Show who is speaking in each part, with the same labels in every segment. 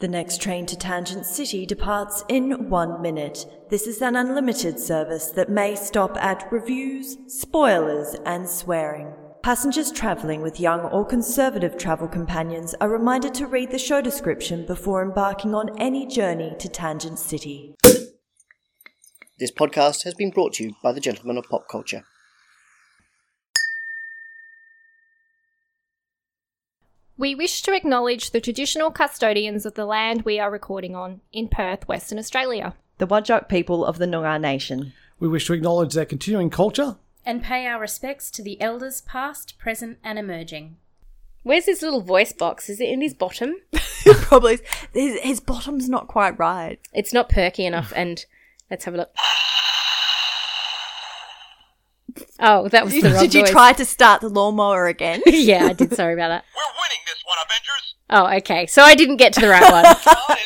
Speaker 1: The next train to Tangent City departs in one minute. This is an unlimited service that may stop at reviews, spoilers, and swearing. Passengers traveling with young or conservative travel companions are reminded to read the show description before embarking on any journey to Tangent City.
Speaker 2: This podcast has been brought to you by the Gentlemen of Pop Culture.
Speaker 3: We wish to acknowledge the traditional custodians of the land we are recording on in Perth, Western Australia.
Speaker 1: The Wadjuk people of the Noongar Nation.
Speaker 4: We wish to acknowledge their continuing culture.
Speaker 5: and pay our respects to the elders past, present, and emerging.
Speaker 6: Where's his little voice box? Is it in his bottom?
Speaker 7: Probably his, his bottom's not quite right.
Speaker 6: It's not perky enough. And let's have a look. Oh, that was the wrong
Speaker 7: Did you
Speaker 6: voice.
Speaker 7: try to start the lawnmower again?
Speaker 6: yeah, I did. Sorry about that.
Speaker 8: We're winning this one, Avengers!
Speaker 6: Oh, okay. So I didn't get to the right one.
Speaker 8: John is everywhere!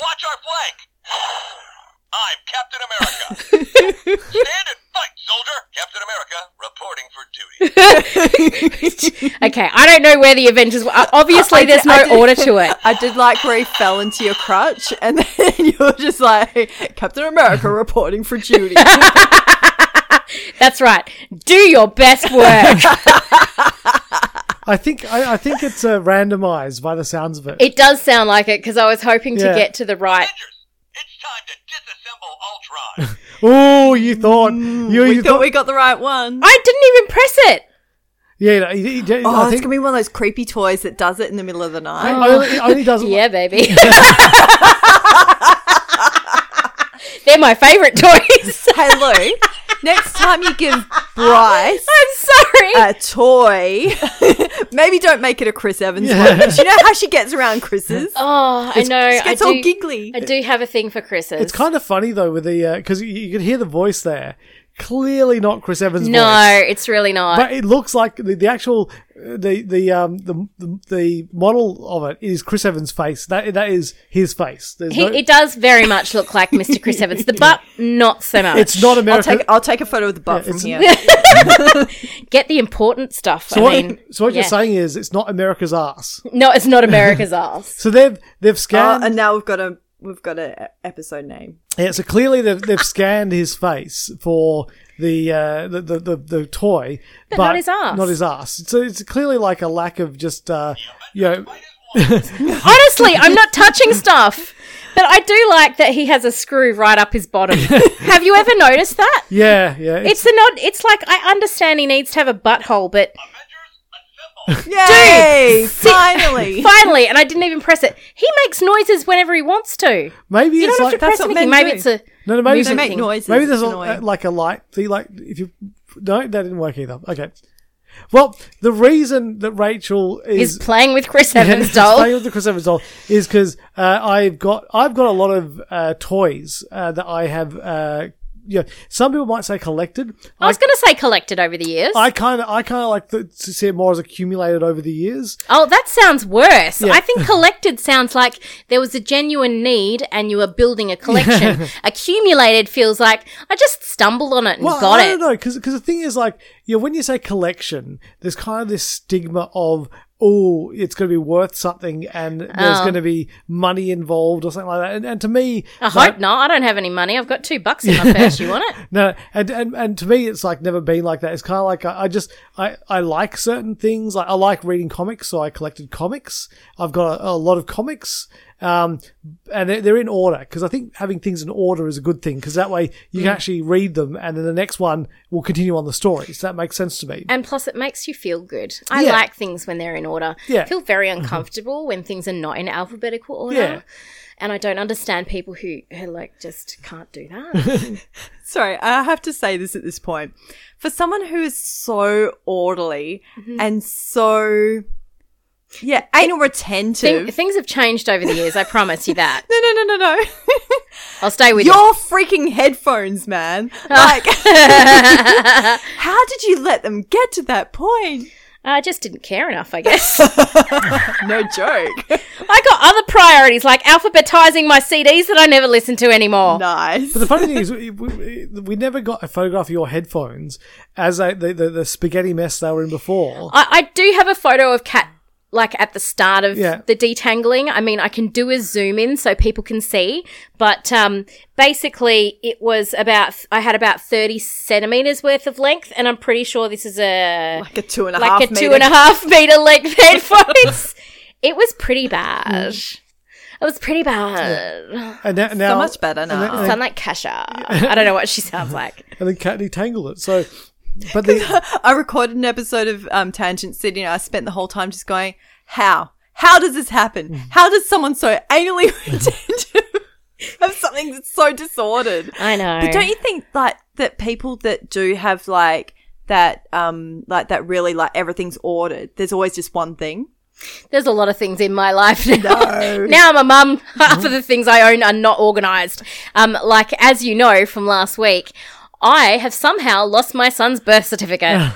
Speaker 8: Watch our flank! I'm Captain America! Stand and fight, soldier! Captain America, reporting for duty.
Speaker 6: okay, I don't know where the Avengers were. Uh, Obviously,
Speaker 7: I-
Speaker 6: there's
Speaker 7: I
Speaker 6: no
Speaker 7: did-
Speaker 6: order to it.
Speaker 7: I did like where he fell into your crutch, and then you were just like Captain America reporting for duty.
Speaker 6: That's right. Do your best work.
Speaker 4: I think I, I think it's uh, randomized by the sounds of it.
Speaker 6: it does sound like it because I was hoping to
Speaker 4: Yeah.
Speaker 6: get to the right.
Speaker 8: Avengers, it's time to disassemble Ultron.
Speaker 4: Oh, you thought you,
Speaker 7: Mm, we
Speaker 4: you
Speaker 7: thought
Speaker 4: thought?
Speaker 7: we got the right one.
Speaker 6: I didn't even press it.
Speaker 4: yeah, no, he- he did-
Speaker 7: Oh,
Speaker 4: I
Speaker 7: it's
Speaker 4: think
Speaker 7: gonna be one of those creepy toys that does it in the middle of the night.
Speaker 6: Oh.
Speaker 4: only, it only does
Speaker 6: Yeah, baby. They're my favourite toys.
Speaker 7: Hey Lou, next time you give Bryce
Speaker 6: I'm sorry.
Speaker 4: Uh,
Speaker 7: a toy, maybe don't make it a Chris Evans one. But you know how she gets around Chris's?
Speaker 6: oh, I know.
Speaker 7: she
Speaker 6: I
Speaker 7: gets all
Speaker 6: do,
Speaker 7: giggly.
Speaker 6: I do have a thing for Chris's.
Speaker 4: It's kind of funny though with the because you, you could hear the voice there. Clearly not Chris Evans.
Speaker 6: no,
Speaker 4: voice.
Speaker 6: it's really not.
Speaker 4: but it looks like the, the actual uh, the the um the, the the model of it is Chris Evans' face. That that is his face. There's
Speaker 6: he,
Speaker 4: no-
Speaker 6: it does very much look like Mr. Chris Evans, the butt, not so much.
Speaker 4: it's not
Speaker 7: I'll
Speaker 4: American.
Speaker 7: take I'll take a photo of the butt
Speaker 4: Yeah,
Speaker 7: from
Speaker 4: it's-
Speaker 7: here.
Speaker 6: Get the important stuff.
Speaker 4: so,
Speaker 6: I
Speaker 4: what,
Speaker 6: mean,
Speaker 4: so what
Speaker 6: yeah.
Speaker 4: you're saying is it's not America's ass.
Speaker 6: No, it's not America's ass.
Speaker 4: So they've they've
Speaker 7: Oh,
Speaker 4: scanned
Speaker 7: and now we've got a we've got a e- episode name.
Speaker 4: Yeah, so clearly they've, they've scanned his face for the uh, the, the, the the toy, but,
Speaker 6: not his arse.
Speaker 4: Not his ass. So it's clearly like a lack of just uh, you know.
Speaker 6: Honestly, I'm not touching stuff. But I do like that he has a screw right up his bottom. have you ever noticed that?
Speaker 4: Yeah, yeah.
Speaker 6: It's a not. It's like I understand he needs to have a butthole, but
Speaker 8: Avengers, assemble!
Speaker 7: Yay! Finally.
Speaker 6: finally, and I didn't even press it. He makes noises whenever he wants to.
Speaker 4: maybe
Speaker 6: You
Speaker 4: it's
Speaker 6: don't
Speaker 4: like
Speaker 6: have to press
Speaker 7: what
Speaker 6: anything.
Speaker 7: men
Speaker 6: Maybe
Speaker 7: do.
Speaker 6: it's a
Speaker 4: no, no, maybe
Speaker 6: They
Speaker 4: it's
Speaker 6: make
Speaker 7: noises.
Speaker 4: Maybe there's
Speaker 7: It's
Speaker 4: a,
Speaker 7: annoying.
Speaker 4: like a light. See, like if you no, that didn't work either. Okay. Well, the reason that Rachel
Speaker 6: is
Speaker 4: is
Speaker 6: playing with Chris Evans
Speaker 4: Yeah,
Speaker 6: doll.
Speaker 4: playing with the Chris Evans doll is because uh, I've got I've got a lot of uh, toys uh, that I have. Uh, yeah, some people might say collected.
Speaker 6: I was going to say collected over the years.
Speaker 4: I kind of, I kind of like the, to see it more as accumulated over the years.
Speaker 6: Oh, that sounds worse. I think collected sounds like there was a genuine need and you were building a collection. Accumulated feels like I just stumbled on it and got
Speaker 4: I don't
Speaker 6: it.
Speaker 4: know because the thing is like, you know, when you say collection, there's kind of this stigma of oh, it's going to be worth something and there's
Speaker 6: Oh.
Speaker 4: going to be money involved or something like that. And, and to me,
Speaker 6: I
Speaker 4: like-
Speaker 6: hope not. I don't have any money. I've got two bucks in my purse. You want it?
Speaker 4: No, and, and and to me, it's like never been like that. It's kind of like I, I just I I like certain things. Like I like reading comics, so I collected comics. I've got a, a lot of comics, um, and they're, they're in order because I think having things in order is a good thing because that way you
Speaker 7: Mm.
Speaker 4: can actually read them, and then the next one will continue on the story. So that makes sense to me.
Speaker 6: And plus, it makes you feel good. I
Speaker 4: Yeah.
Speaker 6: like things when they're in order.
Speaker 4: Yeah. Mm-hmm.
Speaker 6: I feel very uncomfortable when things are not in alphabetical order.
Speaker 4: Yeah.
Speaker 6: And I don't understand people who, who like just can't do that.
Speaker 7: Sorry, I have to say this at this point. For someone who is so orderly and so yeah, anal retentive.
Speaker 6: Thing, things have changed over the years. I promise you that.
Speaker 7: no, no, no, no, no.
Speaker 6: I'll stay with you.
Speaker 7: Your freaking headphones, man. Like How did you let them get to that point?
Speaker 6: I just didn't care enough, I guess.
Speaker 7: No joke.
Speaker 6: I got other priorities like alphabetizing my CDs that I never listen to anymore.
Speaker 7: nice.
Speaker 4: But the funny thing is, we, we, we never got a photograph of your headphones as a, the, the the spaghetti mess they were in before.
Speaker 6: I, I do have a photo of Cat like at the start of
Speaker 4: Yeah.
Speaker 6: the detangling. I mean, I can do a zoom in so people can see, but um, basically, it was about I had about thirty centimeters worth of length, and I'm pretty sure this is a
Speaker 7: Like a two and a half.
Speaker 6: like a two
Speaker 7: meter.
Speaker 6: and a half meter length headphones. it was pretty bad.
Speaker 7: Mm.
Speaker 6: It was pretty bad.
Speaker 4: And now, now
Speaker 7: Oh, So much better
Speaker 4: and then-
Speaker 7: now.
Speaker 6: Sound like Kasha. I don't know what she sounds like.
Speaker 4: and then Cat detangled it. So, but the,
Speaker 7: I recorded an episode of um, Tangent City and I spent the whole time just going, how? How does this happen?
Speaker 6: Mm-hmm.
Speaker 7: How does someone so anally retentive have something that's so disordered?
Speaker 6: I know.
Speaker 7: But don't you think like that people that do have like that um like that really like everything's ordered, there's always just one thing?
Speaker 6: There's a lot of things in my life now. now I'm a mum. Half
Speaker 7: Mm-hmm.
Speaker 6: of the things I own are not organised. Um, like as you know from last week, I have somehow lost my son's birth certificate.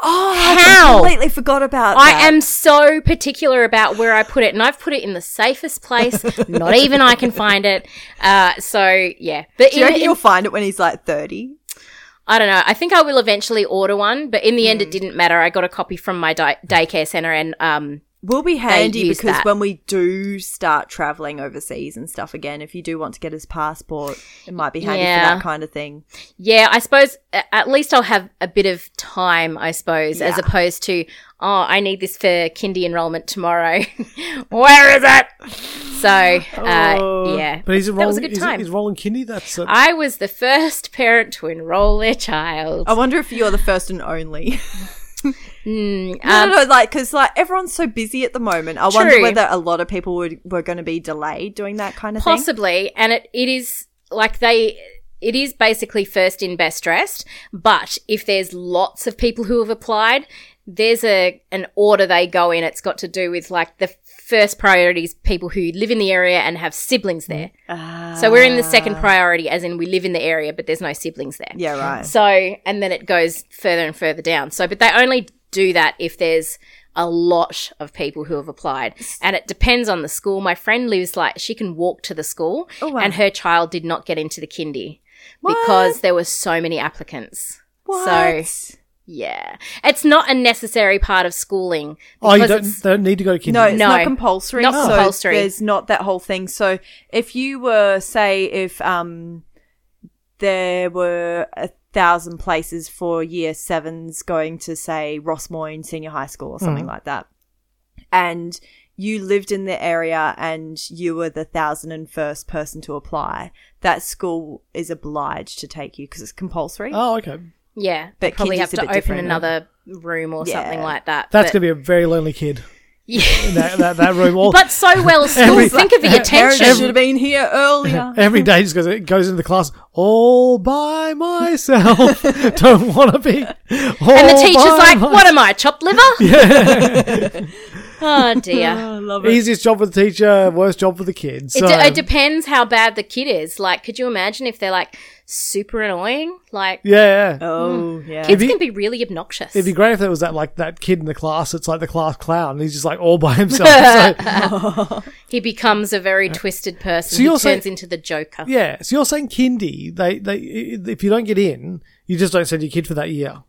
Speaker 7: Oh,
Speaker 6: How?
Speaker 7: I completely forgot about
Speaker 6: I
Speaker 7: that.
Speaker 6: am so particular about where I put it, and I've put it in the safest place. not even I can find it. Uh, so yeah, but
Speaker 7: Do you
Speaker 6: in-
Speaker 7: reckon
Speaker 6: in-
Speaker 7: you'll find it when he's like thirty?
Speaker 6: I don't know. I think I will eventually order one, but in the
Speaker 7: Mm.
Speaker 6: end, it didn't matter. I got a copy from my di- daycare center, and um,
Speaker 7: Will be handy
Speaker 6: use
Speaker 7: because
Speaker 6: that.
Speaker 7: when we do start traveling overseas and stuff again, if you do want to get his passport, it might be handy for
Speaker 6: Yeah.
Speaker 7: that kind of thing.
Speaker 6: Yeah, I suppose a- at least I'll have a bit of time, I suppose, as opposed to, oh, I need this for kindy enrollment tomorrow. Where is it? So, uh, yeah.
Speaker 4: but he's
Speaker 6: That was
Speaker 4: rolling.
Speaker 6: a good
Speaker 4: He's,
Speaker 6: time.
Speaker 4: he's rolling kindy. That's uh,
Speaker 6: I was the first parent to enroll their child.
Speaker 7: I wonder if you're the first and only.
Speaker 6: Mm,
Speaker 7: I
Speaker 6: um,
Speaker 7: don't know, like because like everyone's so busy at the moment. I wonder
Speaker 6: True.
Speaker 7: whether a lot of people would, were going to be delayed doing that kind of thing.
Speaker 6: possibly and it, it is like they it is basically first in best dressed but if there's lots of people who have applied there's a an order they go in it's got to do with like the first priority is people who live in the area and have siblings there
Speaker 7: Mm.
Speaker 6: so we're in the second priority as in we live in the area but there's no siblings there
Speaker 7: Yeah, right.
Speaker 6: so, and then it goes further and further down. So, but they only do that if there's a lot of people who have applied. And it depends on the school. My friend lives like, she can walk to the school, and her child did not get into the kindy because there were so many applicants.
Speaker 7: What?
Speaker 6: So, yeah. It's not a necessary part of schooling.
Speaker 4: oh, you
Speaker 6: because
Speaker 4: don't,
Speaker 6: it's-
Speaker 4: don't need to go to kindy.
Speaker 7: No, it's
Speaker 6: No.
Speaker 7: not compulsory.
Speaker 6: Not
Speaker 7: so
Speaker 6: compulsory.
Speaker 7: There's not that whole thing. So if you were, say, if um, there were a thousand places for year sevens going to say Rossmoyne Senior High School or something like that, and you lived in the area and you were the thousand and first person to apply, that school is obliged to take you because it's compulsory.
Speaker 4: Oh, okay.
Speaker 6: yeah.
Speaker 7: But
Speaker 6: They probably
Speaker 7: kindy's
Speaker 6: have
Speaker 7: a
Speaker 6: to
Speaker 7: bit
Speaker 6: open
Speaker 7: different.
Speaker 6: another room or
Speaker 7: Yeah.
Speaker 6: something like that.
Speaker 4: That's
Speaker 6: But-
Speaker 4: gonna be a very lonely kid.
Speaker 6: Yeah.
Speaker 4: in That that, that room. All,
Speaker 6: But so well schooled. Think of the
Speaker 7: Parents
Speaker 6: attention.
Speaker 7: should have been here earlier.
Speaker 4: Every day just goes, it goes into the class all by myself. Don't want to be.
Speaker 6: And
Speaker 4: Oh,
Speaker 6: the teacher's like, "What am I, chopped liver?" oh dear.
Speaker 4: Easiest job for the teacher, worst job for the kids.
Speaker 6: It,
Speaker 4: so-
Speaker 6: de- it depends how bad the kid is. Like, could you imagine if they're like super annoying? Like,
Speaker 4: yeah, yeah.
Speaker 7: Oh, yeah.
Speaker 6: kids
Speaker 4: It'd be-
Speaker 6: can be really obnoxious.
Speaker 4: It'd be great if there was that like that kid in the class. It's like the class clown. and He's just like all by himself. So,
Speaker 6: he becomes a very twisted person.
Speaker 4: So
Speaker 6: he
Speaker 4: you're
Speaker 6: turns
Speaker 4: saying-
Speaker 6: into the Joker.
Speaker 4: yeah. So you're saying kindy? They they if you don't get in, you just don't send your kid for that year.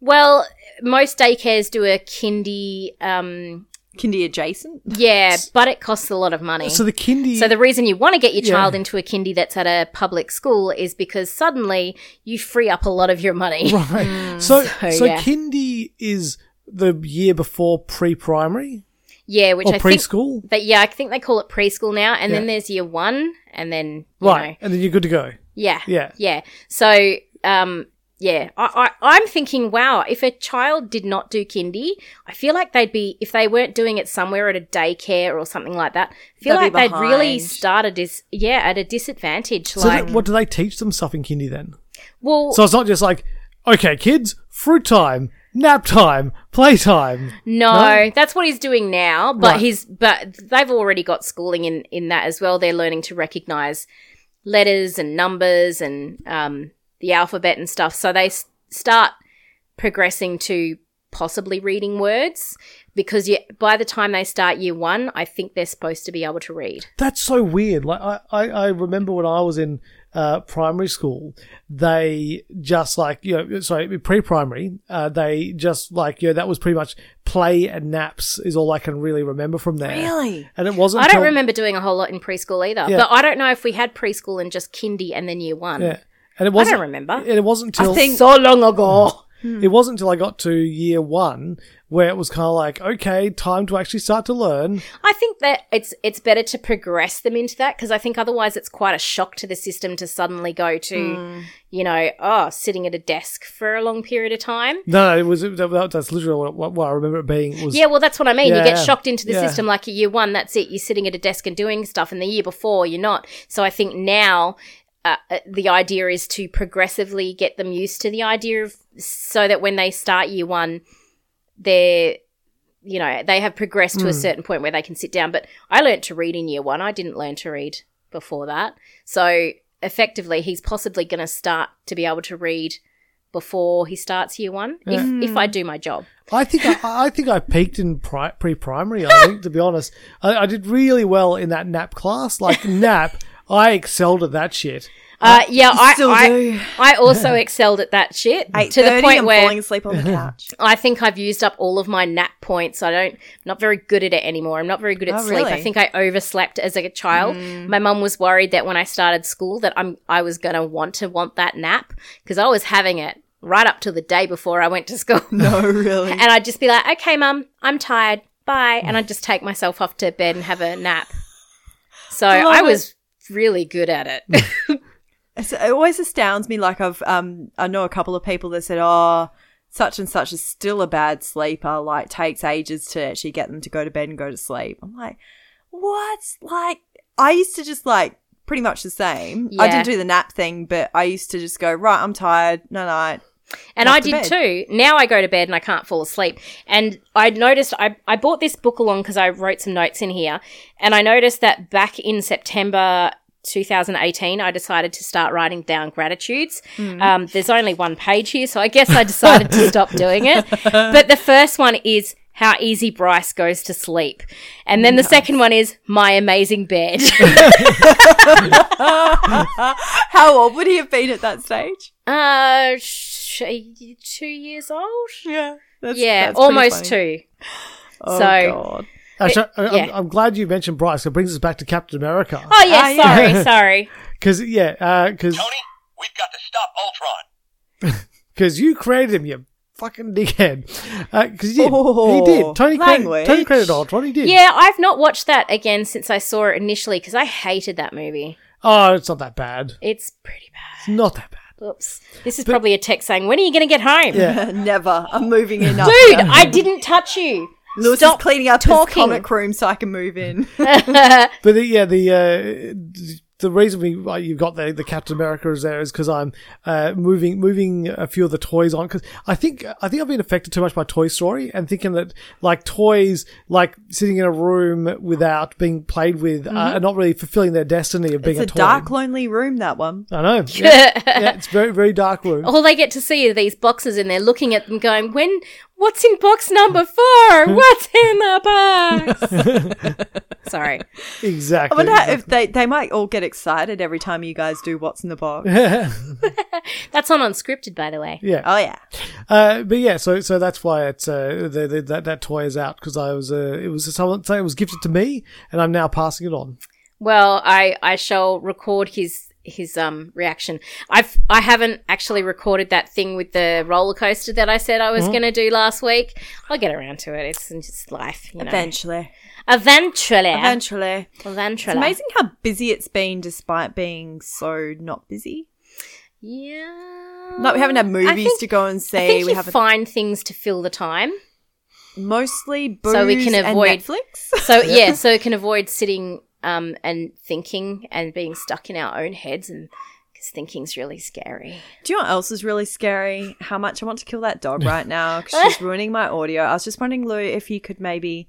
Speaker 6: Well, most daycares do a kindy. Um,
Speaker 7: Kindy adjacent.
Speaker 6: yeah, but it costs a lot of money.
Speaker 4: So the kindy.
Speaker 6: So the reason you want to get your
Speaker 4: Yeah.
Speaker 6: child into a kindy that's at a public school is because suddenly you free up a lot of your money.
Speaker 4: right. so so,
Speaker 6: Mm, so, yeah.
Speaker 4: kindy is the year before pre-primary
Speaker 6: Yeah, which
Speaker 4: or
Speaker 6: I think
Speaker 4: preschool.
Speaker 6: But yeah, I think they call it preschool now. And
Speaker 4: Yeah.
Speaker 6: then there's year one, and then you
Speaker 4: Right,
Speaker 6: know,
Speaker 4: and then you're good to go.
Speaker 6: yeah,
Speaker 4: Yeah.
Speaker 6: yeah. So, um, yeah, I, I, I'm thinking, wow, if a child did not do kindy, I feel like they'd be if they weren't doing it somewhere at a daycare or something like that. I feel
Speaker 7: They'll
Speaker 6: like
Speaker 7: be
Speaker 6: they'd really
Speaker 7: behind.
Speaker 6: start at dis, yeah, at a disadvantage.
Speaker 4: So
Speaker 6: like,
Speaker 4: th- what do they teach them stuff in kindy then?
Speaker 6: well,
Speaker 4: So it's not just like, okay, kids, fruit time, nap time, play time.
Speaker 6: No,
Speaker 4: No?
Speaker 6: that's what he's doing now. But
Speaker 4: Right.
Speaker 6: he's but they've already got schooling in in that as well. They're learning to recognize letters and numbers and um, the alphabet and stuff. So they s- start progressing to possibly reading words because you, by the time they start year one, I think they're supposed to be able to read.
Speaker 4: That's so weird. Like I, I, I remember when I was in uh, primary school, they just like you know, sorry, pre-primary, uh, they just like you know, that was pretty much play and naps is all I can really remember from there.
Speaker 7: Really?
Speaker 4: And it wasn't.
Speaker 6: I don't
Speaker 4: till-
Speaker 6: remember doing a whole lot in preschool either,
Speaker 4: Yeah.
Speaker 6: but I don't know if we had preschool and just kindy and then year one.
Speaker 4: Yeah. And it wasn't.
Speaker 6: remember.
Speaker 4: And it wasn't
Speaker 6: I
Speaker 4: till
Speaker 6: think Hmm. so long ago.
Speaker 4: It wasn't until I got to year one where it was kind of like, okay, time to actually start to learn.
Speaker 6: I think that it's it's better to progress them into that because I think otherwise it's quite a shock to the system to suddenly go to, you know, oh, sitting at a desk for a long period of time.
Speaker 4: No, no, it was that, that- that's literally what, what, what I remember it being. Was
Speaker 6: Yeah, well, that's what I mean. you get
Speaker 4: Yeah.
Speaker 6: shocked into the
Speaker 4: Yeah.
Speaker 6: system like at year one. That's it. You're sitting at a desk and doing stuff, and the year before you're not. So I think now uh, uh, the idea is to progressively get them used to the idea of so that when they start year one, they're you know they have progressed
Speaker 4: Hmm.
Speaker 6: to a certain point where they can sit down. But I learnt to read in year one. I didn't learn to read before that. So effectively, he's possibly going to start to be able to read. Before he starts year one, if, if I do my job,
Speaker 4: I think I, I think I peaked in pri- pre-primary. I think to be honest, I, I did really well in that nap class. Like nap, I excelled at that shit.
Speaker 6: Uh, yeah, I,
Speaker 7: still
Speaker 6: I,
Speaker 7: do.
Speaker 6: I also excelled at that shit
Speaker 7: Eight
Speaker 6: to the point
Speaker 7: I'm
Speaker 6: where
Speaker 7: falling asleep on the couch.
Speaker 6: I think I've used up all of my nap points. I don't, I'm not very good at it anymore. I'm not very good at
Speaker 7: Oh,
Speaker 6: sleep. I
Speaker 7: really? Mm.
Speaker 6: think I overslept as a child. My mum was worried that when I started school that I'm, I was going to want to want that nap because I was having it right up till the day before I went to school.
Speaker 7: no, really.
Speaker 6: and I'd just be like, okay, mum, I'm tired. Bye. And I'd just take myself off to bed and have a nap. So I was really good at it.
Speaker 7: It's- it always astounds me. Like I've, um, I know a couple of people that said, "Oh, such and such is still a bad sleeper. Like takes ages to actually get them to go to bed and go to sleep." I'm like, what? Like I used to just like pretty much the same. I
Speaker 6: Yeah.
Speaker 7: didn't do the nap thing, but I used to just go right. I'm tired. No night.
Speaker 6: And
Speaker 7: Off
Speaker 6: I
Speaker 7: to
Speaker 6: did
Speaker 7: bed.
Speaker 6: too. Now I go to bed and I can't fall asleep. And I noticed I, I bought this book along because I wrote some notes in here. And I noticed that back in September 2018, I decided to start writing down gratitudes.
Speaker 7: Hmm.
Speaker 6: Um, there's only one page here, so I guess I decided to stop doing it. But the first one is how easy Bryce goes to sleep. And then the second one is my amazing bed.
Speaker 7: How old would he have been at that stage?
Speaker 6: uh, sh- two years old?
Speaker 7: Yeah. That's,
Speaker 6: yeah,
Speaker 7: that's pretty
Speaker 6: almost
Speaker 7: funny.
Speaker 6: two.
Speaker 7: Oh,
Speaker 6: So-
Speaker 7: God.
Speaker 4: Actually, I, I'm,
Speaker 6: yeah.
Speaker 4: I'm glad you mentioned Bryce. It brings us back to Captain America
Speaker 6: Oh yeah,
Speaker 7: Ah, yeah.
Speaker 6: sorry, sorry.
Speaker 4: because yeah, uh, because
Speaker 8: Tony, we've got to stop Ultron.
Speaker 4: because you created him, you fucking dickhead. Because he did,
Speaker 7: Oh,
Speaker 4: he did. Tony created,
Speaker 7: language.
Speaker 4: Tony created Ultron. He did.
Speaker 6: Yeah, I've not watched that again since I saw it initially because I hated that movie.
Speaker 4: Oh, it's not that bad.
Speaker 6: It's pretty bad.
Speaker 4: It's not that bad.
Speaker 6: Oops. This is probably a text saying, "When are you going to get home,
Speaker 4: Yeah.
Speaker 7: Uh, Never. I'm moving in. up
Speaker 6: dude?
Speaker 7: now.
Speaker 6: I didn't touch you."
Speaker 7: Lewis
Speaker 6: Stop
Speaker 7: is cleaning up his
Speaker 6: talking.
Speaker 7: comic room so I can move in.
Speaker 4: But the, yeah, the uh, the reason we why you got the the Captain America is there is because I'm uh, moving moving a few of the toys on because I think I think I've been affected too much by Toy Story and thinking that like toys like sitting in a room without being played with uh, are not really fulfilling their destiny of being
Speaker 7: It's a
Speaker 4: toy.
Speaker 7: dark, lonely room, that one.
Speaker 4: I know. Yeah. Yeah, it's very very dark room.
Speaker 6: All they get to see are these boxes, and they're looking at them, going, "When? What's in box number four? What's in the box?" sorry.
Speaker 7: I
Speaker 4: Exactly.
Speaker 7: wonder how- if they, they might all get excited every time you guys do What's in the Box.
Speaker 6: That's on unscripted, by the way.
Speaker 4: yeah.
Speaker 7: oh, yeah.
Speaker 4: Uh, but yeah, so so that's why it's uh, the, the, that that toy is out because I was uh, it was someone it was gifted to me and I'm now passing it on.
Speaker 6: Well, I I shall record his his um reaction. I've I haven't actually recorded that thing with the roller coaster that I said I was going to do last week. I'll get around to it. It's just life, you know.
Speaker 7: Eventually.
Speaker 6: Eventually. Eventually.
Speaker 7: Eventually. It's
Speaker 6: Eventually.
Speaker 7: amazing how busy it's been despite being so not busy.
Speaker 6: Yeah.
Speaker 7: Like, we haven't had
Speaker 6: Mm, I
Speaker 7: movies
Speaker 6: think-
Speaker 7: to go and see.
Speaker 6: I think
Speaker 7: we
Speaker 6: you
Speaker 7: haven't
Speaker 6: find things to fill the time,
Speaker 7: mostly booze
Speaker 6: So we can avoid-
Speaker 7: and Netflix.
Speaker 6: so yeah, so it can avoid sitting um and thinking and being stuck in our own heads and because thinking's really scary.
Speaker 7: Do you know what else is really scary? How much I want to kill that dog right now because she's ruining my audio. I was just wondering, Lou, if you could maybe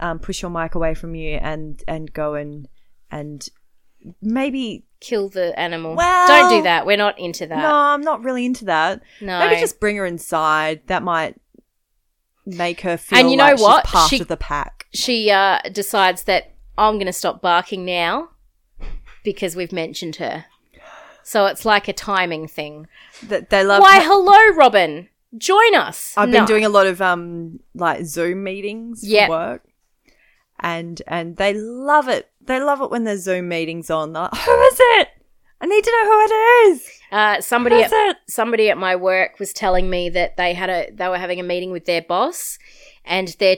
Speaker 7: um, push your mic away from you and and go and and maybe.
Speaker 6: Kill the animal.
Speaker 7: Well-
Speaker 6: Don't do that. We're not into that.
Speaker 7: No, I'm not really into that.
Speaker 6: No.
Speaker 7: Maybe just bring her inside. That might. make her feel
Speaker 6: And you know
Speaker 7: like she's
Speaker 6: what?
Speaker 7: part
Speaker 6: She-
Speaker 7: of the pack.
Speaker 6: She uh, decides that I'm going to stop barking now because we've mentioned her. So it's like a timing thing.
Speaker 7: That they love.
Speaker 6: Why, hello, Robin. Join us.
Speaker 7: I've
Speaker 6: No.
Speaker 7: been doing a lot of um like Zoom meetings
Speaker 6: Yep.
Speaker 7: for work, and and they love it. They love it when there's Zoom meetings on. They're like, who is it? I need to know who it is.
Speaker 6: Uh, somebody
Speaker 7: That's
Speaker 6: at,
Speaker 7: it.
Speaker 6: somebody at my work was telling me that they had a they were having a meeting with their boss, and their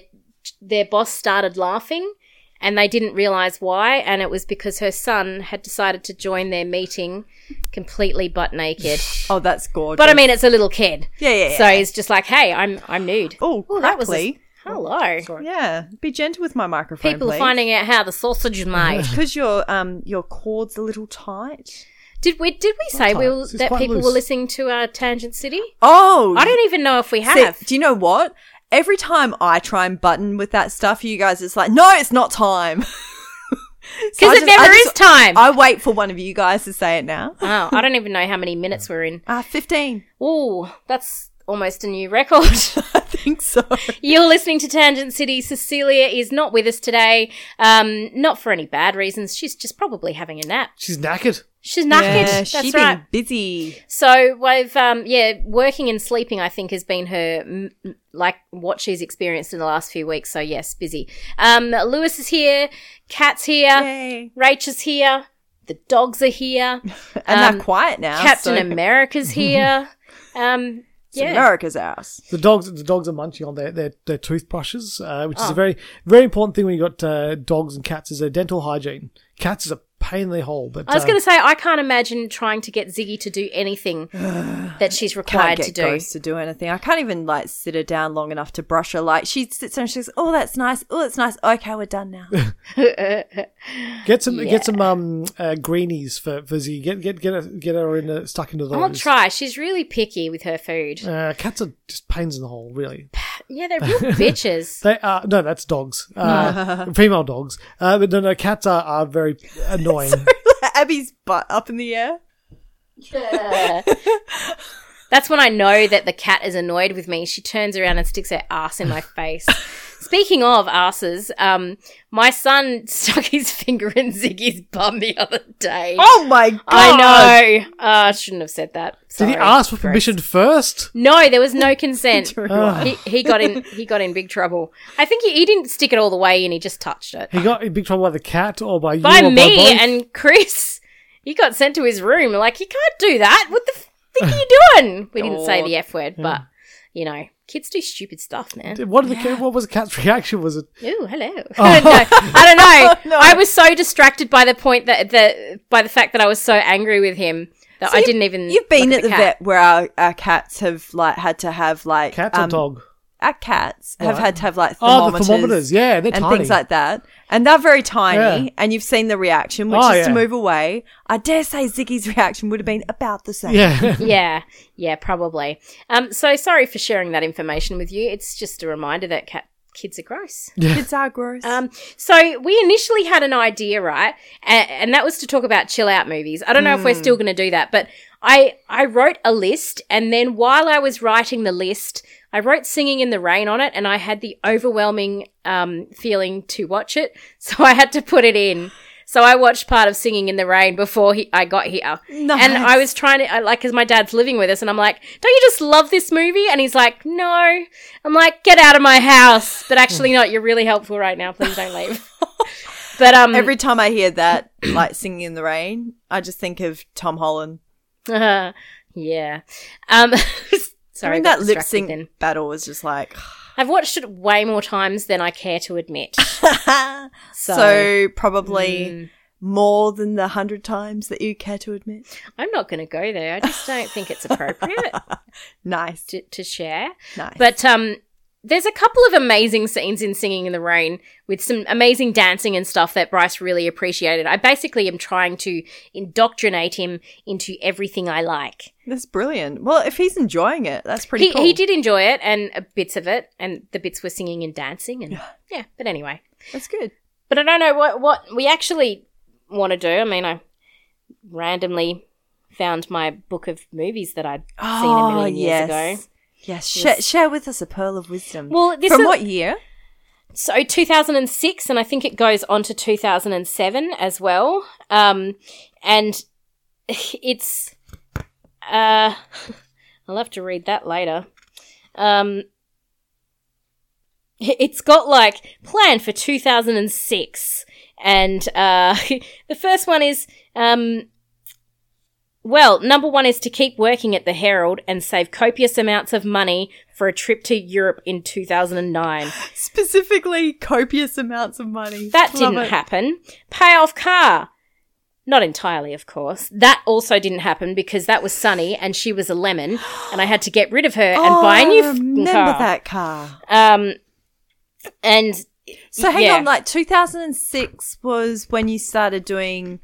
Speaker 6: their boss started laughing, and they didn't realize why, and it was because her son had decided to join their meeting completely butt naked.
Speaker 7: Oh, that's gorgeous.
Speaker 6: but I mean, it's a little kid,
Speaker 7: yeah, yeah.
Speaker 6: so
Speaker 7: yeah.
Speaker 6: he's just like, "Hey, I'm I'm nude."
Speaker 7: oh,
Speaker 6: Ooh, that was a-
Speaker 7: crackly.
Speaker 6: hello.
Speaker 7: Yeah, be gentle with my microphone.
Speaker 6: People are finding out how the sausage is made.
Speaker 7: because your um your cord's a little tight.
Speaker 6: did we did we say we
Speaker 4: tight.
Speaker 6: were,
Speaker 4: It's
Speaker 6: that
Speaker 4: quite
Speaker 6: people
Speaker 4: loose.
Speaker 6: were listening to uh, Tangent City?
Speaker 7: Oh,
Speaker 6: I don't even know if we
Speaker 7: See,
Speaker 6: have.
Speaker 7: do you know what? Every time I try and button with that stuff, you guys, it's like, no, it's not time.
Speaker 6: Because it never is time.
Speaker 7: I wait for one of you guys to say it now.
Speaker 6: Wow, I don't even know how many minutes we're in.
Speaker 7: Ah, 15.
Speaker 6: Ooh, that's almost a new record.
Speaker 7: I think so.
Speaker 6: You're listening to Tangent City. Cecilia is not with us today. Um, not for any bad reasons. She's just probably having a nap.
Speaker 4: She's knackered.
Speaker 6: She's knackered. That's
Speaker 7: she
Speaker 6: right.
Speaker 7: been busy.
Speaker 6: So we've, um, yeah, working and sleeping. I think has been her m- m- like what she's experienced in the last few weeks. So yes, busy. Um, Lewis is here. Cat's here.
Speaker 7: Yay.
Speaker 6: Rachel's here. The dogs are here.
Speaker 7: And
Speaker 6: Um,
Speaker 7: they're quiet now.
Speaker 6: Captain
Speaker 7: so-
Speaker 6: America's here. Um,
Speaker 7: It's
Speaker 6: yeah.
Speaker 7: America's house.
Speaker 4: The dogs, the dogs are munching on their their, their toothbrushes, uh, which
Speaker 6: Oh.
Speaker 4: is a very very important thing when you got uh, dogs and cats is their dental hygiene. Cats is a pain in the hole, but
Speaker 6: I was
Speaker 4: uh,
Speaker 6: going to say, I can't imagine trying to get Ziggy to do anything that she's
Speaker 7: Can't
Speaker 6: required
Speaker 7: get
Speaker 6: to do.
Speaker 7: Ghost to do anything. I can't even like sit her down long enough to brush her. Like she sits there and she goes, "Oh, that's nice. Oh, it's nice. Okay, we're done now."
Speaker 4: get some get some um uh, greenies for for Z. Get get get her, get her in the, stuck into those.
Speaker 6: I'll try. She's really picky with her food.
Speaker 4: Uh, cats are just pains in the hole, really.
Speaker 6: Yeah, they're real bitches.
Speaker 4: They are no, that's dogs. Uh, female dogs, uh, but no, no, cats are, are very annoying.
Speaker 7: Abby's butt up in the air.
Speaker 6: That's when I know that the cat is annoyed with me. She turns around and sticks her ass in my face. Speaking of asses, um, my son stuck his finger in Ziggy's bum the other day.
Speaker 7: Oh my god!
Speaker 6: I know. Uh, I shouldn't have said that.
Speaker 4: Did he
Speaker 6: Sorry.
Speaker 4: ask for
Speaker 6: Gross.
Speaker 4: permission first?
Speaker 6: No, there was no consent.
Speaker 4: Ah.
Speaker 6: he, he got in. He got in big trouble. I think he, he didn't stick it all the way in. He just touched it
Speaker 4: He got in big trouble by the cat or by you
Speaker 6: by
Speaker 4: or
Speaker 6: me
Speaker 4: by both?
Speaker 6: and Chris. He got sent to his room. Like you can't do that. What the f- think are you doing? We didn't say the f word, but you know, kids do stupid stuff, man.
Speaker 4: What did the cat, what was the cat's reaction? Was it
Speaker 6: Ooh, hello. no, I don't know.
Speaker 7: Oh. No.
Speaker 6: I was so distracted by the point that the by the fact that I was so angry with him that I didn't even.
Speaker 7: You've been
Speaker 6: look
Speaker 7: at the
Speaker 6: cat.
Speaker 7: vet where our, our cats have like had to have like
Speaker 4: cat or
Speaker 7: um,
Speaker 4: dog?
Speaker 7: Our cats have
Speaker 4: Right.
Speaker 7: had to have like
Speaker 4: Oh, the
Speaker 7: thermometers,
Speaker 4: thermometers, yeah, they're
Speaker 7: and
Speaker 4: tiny.
Speaker 7: things like that, and they're very tiny.
Speaker 4: Yeah.
Speaker 7: And you've seen the reaction, which
Speaker 4: Oh,
Speaker 7: is to
Speaker 4: yeah.
Speaker 7: move away. I dare say Ziggy's reaction would have been about the same.
Speaker 4: Yeah.
Speaker 6: yeah, yeah, probably. Um, so sorry for sharing that information with you. It's just a reminder that cat kids are gross.
Speaker 7: Kids are gross.
Speaker 6: Um, so we initially had an idea, right? And, and that was to talk about chill out movies. I don't know if we're still going to do that, but I I wrote a list, and then while I was writing the list, I wrote "Singing in the Rain" on it, and I had the overwhelming um, feeling to watch it, so I had to put it in. So I watched part of "Singing in the Rain" before he, I got here, and I was trying to I, like, because my dad's living with us, and I'm like, "Don't you just love this movie?" And he's like, "No." I'm like, "Get out of my house!" But actually, not. You're really helpful right now. Please don't leave. but um,
Speaker 7: Every time I hear that, like singing in the rain, I just think of Tom Holland.
Speaker 6: uh-huh. yeah. Um, sorry,
Speaker 7: I mean, that
Speaker 6: got
Speaker 7: lip
Speaker 6: distracted then.
Speaker 7: sync battle was just like
Speaker 6: I've watched it way more times than I care to admit.
Speaker 7: so,
Speaker 6: So, mm.
Speaker 7: probably more than the hundred times that you care to admit.
Speaker 6: I'm not going to go there. I just don't think it's appropriate
Speaker 7: Nice,
Speaker 6: to, to share.
Speaker 7: nice.
Speaker 6: But um, there's a couple of amazing scenes in Singing in the Rain with some amazing dancing and stuff that Bryce really appreciated. I basically am trying to indoctrinate him into everything I like.
Speaker 7: That's brilliant. Well, if he's enjoying it, that's pretty
Speaker 6: he,
Speaker 7: cool.
Speaker 6: he did enjoy it and uh, bits of it, and the bits were singing and dancing, and yeah. But anyway,
Speaker 7: That's good.
Speaker 6: but I don't know what what we actually want to do. I mean, I randomly found my book of movies that I'd seen a million years ago.
Speaker 7: Ah, Oh, Yes, share, share with us a pearl of wisdom.
Speaker 6: Well, this
Speaker 7: from
Speaker 6: is-
Speaker 7: what year?
Speaker 6: so 2006 and i think it goes on to 2007 as well um, and it's uh, i'll have to read that later um, it's got like plan for 2006 and uh, the first one is um, well, number one is to keep working at the Herald and save copious amounts of money for a trip to Europe in 2009.
Speaker 7: Specifically, copious amounts of money.
Speaker 6: That
Speaker 7: Love
Speaker 6: didn't
Speaker 7: it.
Speaker 6: happen. Pay off car. Not entirely, of course. That also didn't happen because that was Sunny and she was a lemon, and I had to get rid of her and
Speaker 7: oh,
Speaker 6: buy a new
Speaker 7: I
Speaker 6: f***ing
Speaker 7: remember
Speaker 6: car.
Speaker 7: that car.
Speaker 6: Um, and
Speaker 7: So hang
Speaker 6: yeah.
Speaker 7: on, like 2006 was when you started doing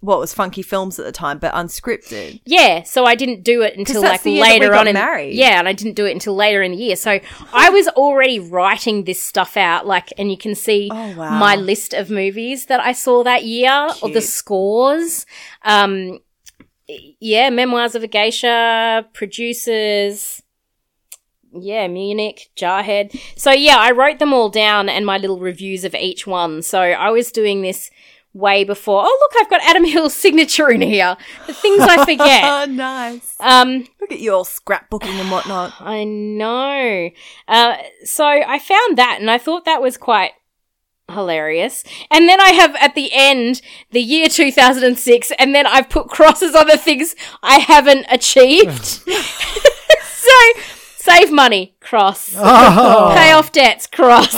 Speaker 7: what was funky films at the time, but unscripted.
Speaker 6: Yeah, so I didn't do it until
Speaker 7: that's
Speaker 6: like
Speaker 7: the year that we
Speaker 6: later
Speaker 7: got
Speaker 6: on. in-
Speaker 7: married.
Speaker 6: Yeah, and I didn't do it until later in the year. So I was already writing this stuff out, like, and you can see
Speaker 7: Oh, wow.
Speaker 6: my list of movies that I saw that year, or the
Speaker 7: Cute.
Speaker 6: scores. Um, yeah, Memoirs of a Geisha, producers. Yeah, Munich, Jarhead. So yeah, I wrote them all down and my little reviews of each one. So I was doing this way before. Oh look, I've got Adam Hill's signature in here. The things I forget.
Speaker 7: Oh, nice.
Speaker 6: Um,
Speaker 7: Look at you all scrapbooking and whatnot.
Speaker 6: I know. Uh, so I found that and I thought that was quite hilarious. And then I have at the end the year 2006 and then I've put crosses on the things I haven't achieved. so save money, cross.
Speaker 4: Oh.
Speaker 6: Pay off debts, cross.